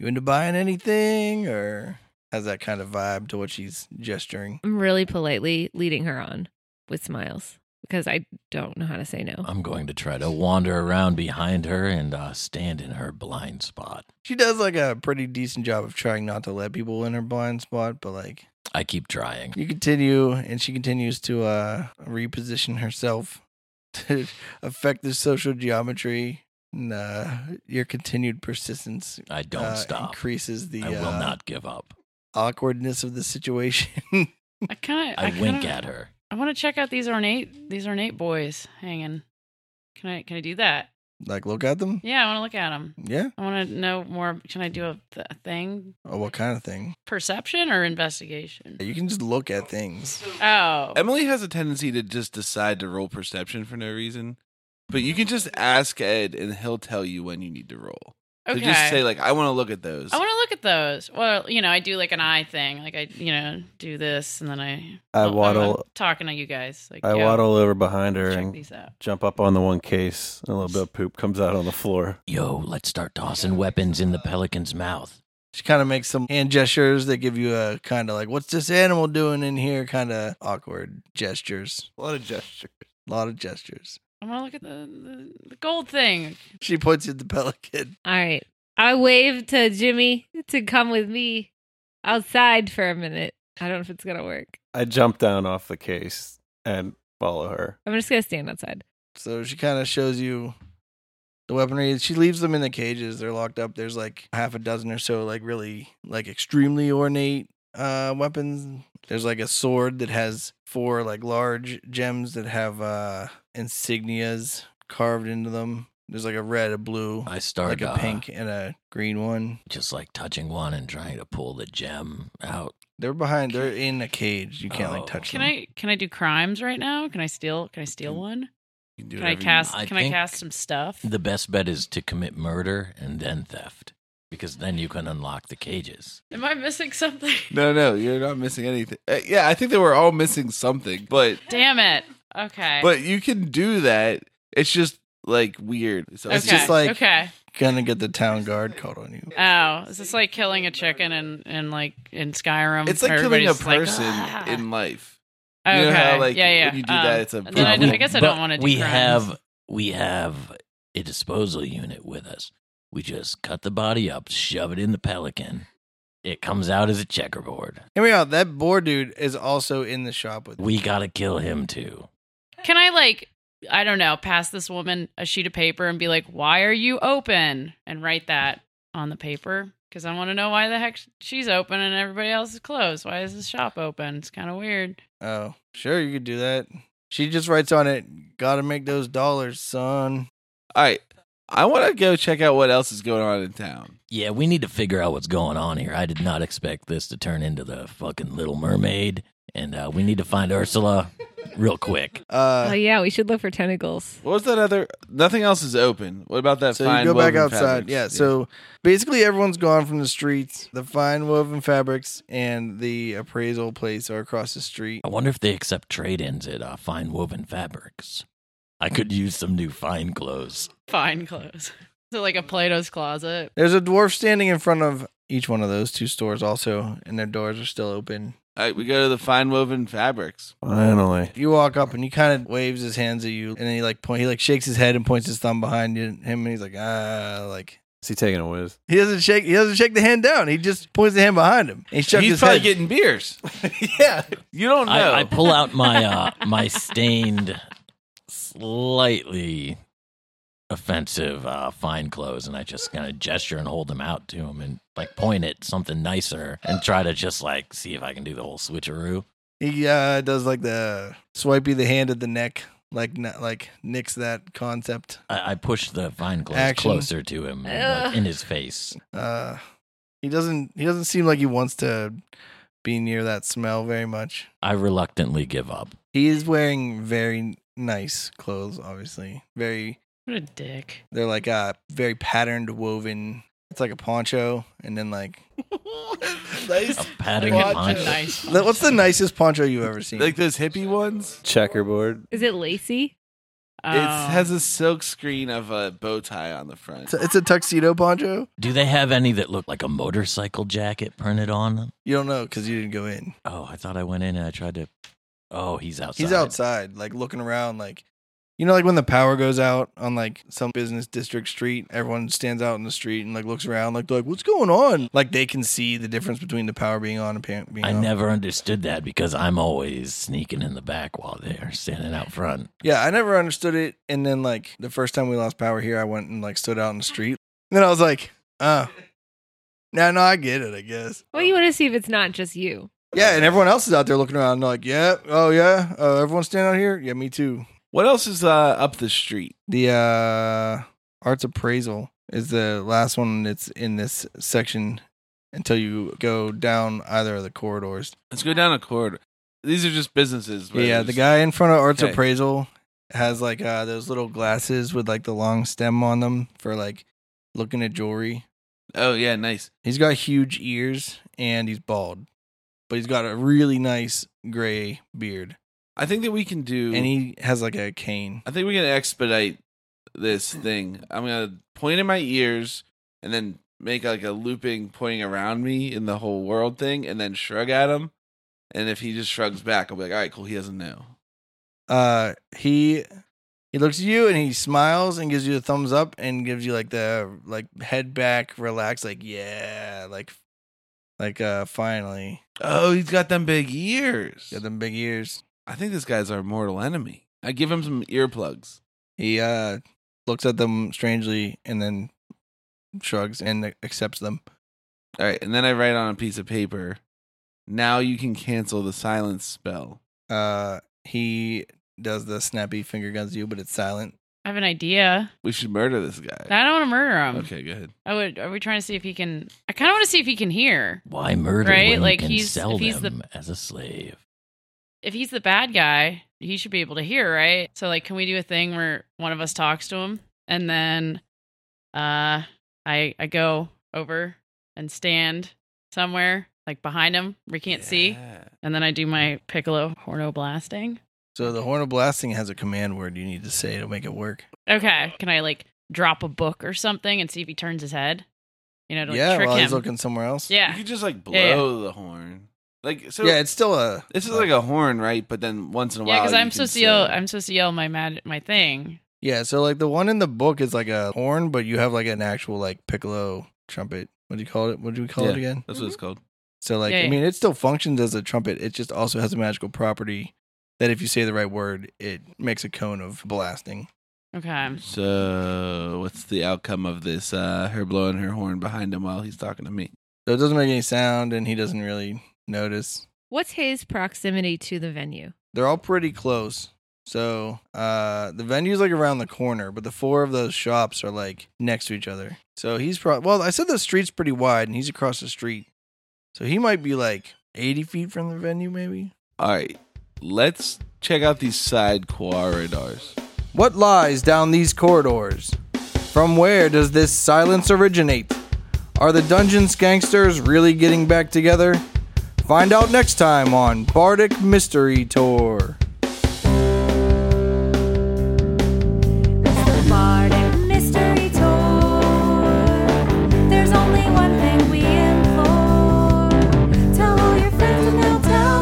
Speaker 2: "You into buying anything?" or has that kind of vibe to what she's gesturing.
Speaker 6: I'm really politely leading her on with smiles because I don't know how to say no.
Speaker 1: I'm going to try to wander around behind her and uh, stand in her blind spot.
Speaker 2: She does like a pretty decent job of trying not to let people in her blind spot, but like
Speaker 1: I keep trying.
Speaker 2: you continue, and she continues to uh reposition herself *laughs* to affect the social geometry. And uh, your continued persistence
Speaker 1: I don't
Speaker 2: uh,
Speaker 1: stop.
Speaker 2: increases the
Speaker 1: I will
Speaker 2: uh,
Speaker 1: not give up.
Speaker 2: awkwardness of the situation.
Speaker 7: I kind of.
Speaker 1: *laughs* I, wink at her.
Speaker 7: I want to check out these ornate these ornate boys hanging. Can I can I do that?
Speaker 2: like look at them
Speaker 7: Yeah, I want to look at them.
Speaker 2: yeah
Speaker 7: I want to know more. Can I do a, th- a thing?
Speaker 2: oh what kind of thing
Speaker 7: Perception or investigation?
Speaker 2: you can just look at things
Speaker 7: Oh,
Speaker 3: Emily has a tendency to just decide to roll perception for no reason, but you can just ask Ed and he'll tell you when you need to roll.
Speaker 7: okay.
Speaker 3: So just say like, I want to look at those.
Speaker 7: I want to look at those. Well, you know, I do like an eye thing. Like I, you know, do this and then I. oh,
Speaker 4: I
Speaker 7: I'm- I'm
Speaker 4: waddle-
Speaker 7: talking to you guys. Like
Speaker 4: I
Speaker 7: yo,
Speaker 4: waddle over behind her
Speaker 7: Check
Speaker 4: and
Speaker 7: these out.
Speaker 4: jump up on the one case. and A little bit of poop comes out on the floor.
Speaker 1: Yo, let's start tossing weapons in the pelican's mouth.
Speaker 2: she kind of makes some hand gestures that give you a kind of like what's this animal doing in here kind of awkward gestures
Speaker 4: A lot of gestures.
Speaker 2: a lot of gestures
Speaker 7: I want to look at the, the the gold thing.
Speaker 2: she points at the *laughs* pelican
Speaker 6: All right. I waved to Jimmy to come with me outside for a minute. I don't know if it's going to work.
Speaker 4: I jump down off the case and follow her.
Speaker 6: I'm just going to stand outside.
Speaker 2: so she kind of shows you the weaponry she leaves them in the cages they're locked up there's like half a dozen or so like really like extremely ornate uh weapons there's like a sword that has four like large gems that have uh insignias carved into them there's like a red a blue
Speaker 1: I start
Speaker 2: like a
Speaker 1: uh,
Speaker 2: pink and a green one
Speaker 1: just like touching one and trying to pull the gem out.
Speaker 2: they're behind they're in a cage you can't
Speaker 1: Oh.
Speaker 2: like touch
Speaker 7: Can
Speaker 2: them
Speaker 7: I can I do crimes right now? Can I steal? Can I steal one?
Speaker 3: You do
Speaker 7: Can I
Speaker 3: whatever you
Speaker 7: cast?
Speaker 1: I
Speaker 7: can I
Speaker 1: think
Speaker 7: cast some stuff?
Speaker 1: The best bet is to commit murder and then theft, because then you can unlock the cages.
Speaker 7: Am I missing something? *laughs*
Speaker 3: want. No, no, you're not missing anything. Uh, yeah, I think they were all missing something, but
Speaker 7: Damn it. Okay.
Speaker 3: but you can do that. It's just like weird. So
Speaker 7: okay.
Speaker 2: it's just like-
Speaker 7: okay.
Speaker 2: gonna get the town guard called on you
Speaker 7: *laughs* Oh, is this like killing a chicken and and like in Skyrim?
Speaker 3: it's like
Speaker 7: where
Speaker 3: killing a
Speaker 7: Um, everybody's like,
Speaker 3: person
Speaker 7: "Ah."
Speaker 3: in life.
Speaker 7: Okay.
Speaker 3: you know how, like,
Speaker 7: yeah, yeah. Um,
Speaker 3: when you do that, it's a
Speaker 7: and then I,
Speaker 3: problem.
Speaker 7: I guess I
Speaker 1: But
Speaker 7: don't want to. Do
Speaker 1: We
Speaker 7: crimes.
Speaker 1: have we have a disposal unit with us. We just cut the body up, shove it in the pelican. It comes out as a checkerboard.
Speaker 2: hear me out that boar dude is also in the shop with
Speaker 1: We gotta kill him too.
Speaker 7: Can I like? I don't know. Pass this woman a sheet of paper and be like, "Why are you open?" and write that on the paper because I want to know why the heck she's open and everybody else is closed. Why is this shop open? It's kind of weird.
Speaker 2: Oh, sure, you could do that. She just writes on it, gotta make those dollars, son.
Speaker 3: All right. I want to go check out what else is going on in town.
Speaker 1: Yeah, we need to figure out what's going on here. I did not expect this to turn into the fucking Little Mermaid, and uh, we need to find Ursula real quick.
Speaker 6: oh,
Speaker 2: Uh,
Speaker 6: yeah. We should look for tentacles.
Speaker 3: What was that other? Nothing else is open. What about that?
Speaker 2: so
Speaker 3: fine
Speaker 2: you go back
Speaker 3: woven
Speaker 2: outside.
Speaker 3: fabrics?
Speaker 2: Yeah, so basically everyone's gone from the streets. The fine woven fabrics and the appraisal place are across the street.
Speaker 1: I wonder if they accept trade-ins at uh, fine woven fabrics. I could use some new fine clothes.
Speaker 7: Fine *laughs* clothes. So like a Plato's closet.
Speaker 2: There's a dwarf standing in front of each one of those two stores also, and their doors are still open.
Speaker 3: All right, we go to the fine woven fabrics.
Speaker 4: Finally.
Speaker 2: You walk up and he kind of waves his hands at you, and then he like point, he like shakes his head and points his thumb behind you, him, and he's like, ah, like
Speaker 4: Is he taking a whiz?
Speaker 2: he doesn't shake, he doesn't shake the hand down. He just points the hand behind him. And he chucks
Speaker 3: He's
Speaker 2: his
Speaker 3: probably
Speaker 2: head. *laughs*
Speaker 3: getting beers.
Speaker 4: yeah.
Speaker 3: You don't know.
Speaker 1: I, I pull out my uh, my stained, slightly offensive uh, fine clothes, and I just kind of gesture and hold them out to him, and like point at something nicer, and try to just like see if I can do the whole switcheroo.
Speaker 2: he uh, does like the swipey the hand at the neck, like not, like nicks that concept.
Speaker 1: I, I push the fine clothes
Speaker 2: Action.
Speaker 1: closer to him, and, like,
Speaker 6: Ugh.
Speaker 1: in his face.
Speaker 2: Uh, he doesn't he doesn't seem like he wants to be near that smell very much.
Speaker 1: I reluctantly give up.
Speaker 2: He is wearing very nice clothes, obviously. Very
Speaker 7: What a dick.
Speaker 2: they're like uh very patterned woven. It's like a poncho and then like
Speaker 1: A
Speaker 3: *laughs*
Speaker 2: *laughs*
Speaker 3: nice.
Speaker 1: pattern
Speaker 2: Watch
Speaker 1: punch.
Speaker 2: it.
Speaker 7: Nice.
Speaker 2: what's the nicest poncho you've ever seen?
Speaker 3: Like those hippie ones.
Speaker 4: Checkerboard.
Speaker 6: Is it lacy?
Speaker 7: Oh.
Speaker 3: It has a silk screen of a bow tie on the front.
Speaker 2: it's, a, it's a tuxedo poncho?
Speaker 1: Do they have any that look like a motorcycle jacket printed on them?
Speaker 2: You don't know cuz you didn't go in.
Speaker 1: Oh, I thought I went in and I tried to. Oh, he's outside.
Speaker 2: He's outside like looking around like you know like when the power goes out on like some business district street, everyone stands out in the street and like looks around like like what's going on? Like they can see the difference between the power being on and pa- being
Speaker 1: I
Speaker 2: off.
Speaker 1: never understood that because I'm always sneaking in the back while they're standing out front.
Speaker 2: Yeah, I never understood it. And then like the first time we lost power here, I went and like stood out in the street. And then I was like, oh. Now no, I get it, I guess.
Speaker 6: Well, you want to see if it's not just you.
Speaker 2: Yeah, and everyone else is out there looking around and like, yeah, oh yeah, uh, everyone's standing out here. Yeah, me too.
Speaker 3: What else is uh, up the street?
Speaker 2: The uh arts appraisal is the last one that's in this section until you go down either of the corridors.
Speaker 3: Let's go down a corridor. These are just businesses. where
Speaker 2: yeah,
Speaker 3: there's-
Speaker 2: the guy in front of Arts
Speaker 3: Okay.
Speaker 2: Appraisal has like uh those little glasses with like the long stem on them for like looking at jewelry.
Speaker 3: Oh yeah, nice.
Speaker 2: He's got huge ears and he's bald, but he's got a really nice gray beard,
Speaker 3: I think that we can do.
Speaker 2: and he has like a cane.
Speaker 3: I think we're gonna expedite this thing. I'm gonna point in my ears and then make like a looping pointing around me in the whole world thing, and then shrug at him. And if he just shrugs back, I'll be like, "All right, cool. He doesn't know."
Speaker 2: Uh, he he looks at you and he smiles and gives you a thumbs up and gives you like the like head back, relax, like yeah, like like uh finally
Speaker 3: Oh, he's got them big ears.
Speaker 2: got them big ears.
Speaker 3: I think this guy's our mortal enemy. I give him some earplugs.
Speaker 2: He uh looks at them strangely and then shrugs and accepts them.
Speaker 3: All right, and then I write on a piece of paper. Now you can cancel the silence spell.
Speaker 2: Uh, he does the snappy finger guns to you, but it's silent.
Speaker 7: I have an idea.
Speaker 3: We should murder this guy.
Speaker 7: I don't want to murder him.
Speaker 3: okay, go ahead.
Speaker 7: I would. Are we trying to see if he can? I kind of want to see if he can hear.
Speaker 1: Why murder
Speaker 7: Right,
Speaker 1: when
Speaker 7: like,
Speaker 1: you can
Speaker 7: he's-
Speaker 1: sell
Speaker 7: if he's the-
Speaker 1: them as a slave?
Speaker 7: If he's the bad guy, he should be able to hear, right? So, like, can we do a thing where one of us talks to him, and then, uh, I I go over and stand somewhere like behind him, where he can't see, and then I do my piccolo horno blasting.
Speaker 2: So the horn of blasting has a command word you need to say to make it work.
Speaker 7: Okay, can I like drop a book or something and see if he turns his head? You know, to like,
Speaker 2: yeah,
Speaker 7: trick
Speaker 2: while
Speaker 7: him.
Speaker 2: he's looking somewhere else. *laughs*
Speaker 3: You
Speaker 7: yeah,
Speaker 3: could just like blow
Speaker 7: Yeah, yeah.
Speaker 3: the horn. Like so
Speaker 2: yeah, it's still a.
Speaker 3: This is like a horn, right? But then once in a while,
Speaker 7: yeah, because
Speaker 3: you
Speaker 7: I'm
Speaker 3: can
Speaker 7: supposed to
Speaker 3: say-
Speaker 7: yell. I'm supposed to yell my mad my thing.
Speaker 2: Yeah, so like the one in the book is like a horn, but you have like an actual like piccolo trumpet. What do you call it? What do we call
Speaker 3: Yeah.
Speaker 2: it again?
Speaker 3: That's what
Speaker 7: Mhm.
Speaker 3: it's called.
Speaker 2: So like,
Speaker 7: Yeah,
Speaker 2: I
Speaker 7: yeah.
Speaker 2: mean, it still functions as a trumpet. It just also has a magical property that if you say the right word, it makes a cone of blasting.
Speaker 7: Okay.
Speaker 3: So what's the outcome of this? Uh, her blowing her horn behind him while he's talking to me.
Speaker 2: So it doesn't make any sound, and he doesn't really notice.
Speaker 6: What's his proximity to the venue?
Speaker 2: they're all pretty close. So uh, the venue's like around the corner, but the four of those shops are like next to each other. So he's probably well. I said the street's pretty wide, and he's across the street, so he might be like eighty feet from the venue, maybe.
Speaker 3: All right, let's check out these side corridors.
Speaker 2: What lies down these corridors? From where does this silence originate? Are the dungeon gangsters really getting back together? Find out next time on Bardic Mystery Tour.
Speaker 5: It's the Bardic Mystery Tour. There's only one thing we aim for. Tell all your friends and they'll tell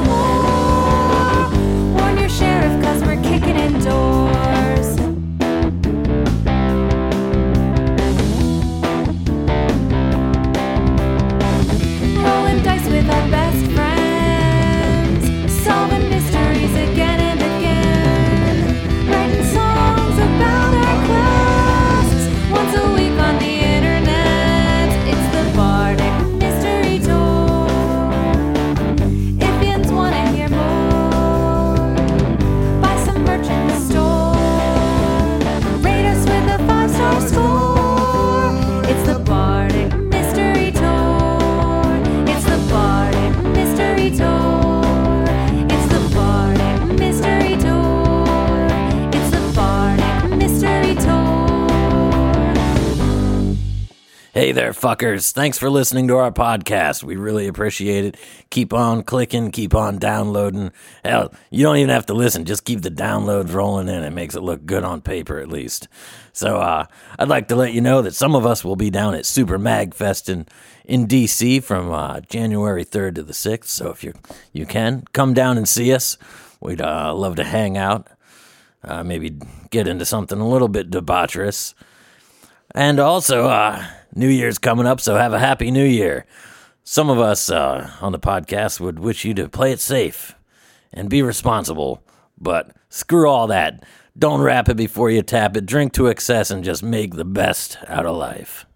Speaker 1: there, fuckers. Thanks for listening to our podcast. We really appreciate it. Keep on clicking, keep on downloading. Hell, you don't even have to listen. Just keep the downloads rolling in. It makes it look good on paper, at least. So, uh, I'd like to let you know that some of us will be down at Super Mag Fest in, in DC from uh, January 3rd to the 6th. So, if you you can, come down and see us. We'd uh, love to hang out, uh, maybe get into something a little bit debaucherous. And also, uh, New Year's coming up, so have a happy New Year. Some of us uh, on the podcast would wish you to play it safe and be responsible, but screw all that. Don't wrap it before you tap it, drink to excess, and just make the best out of life.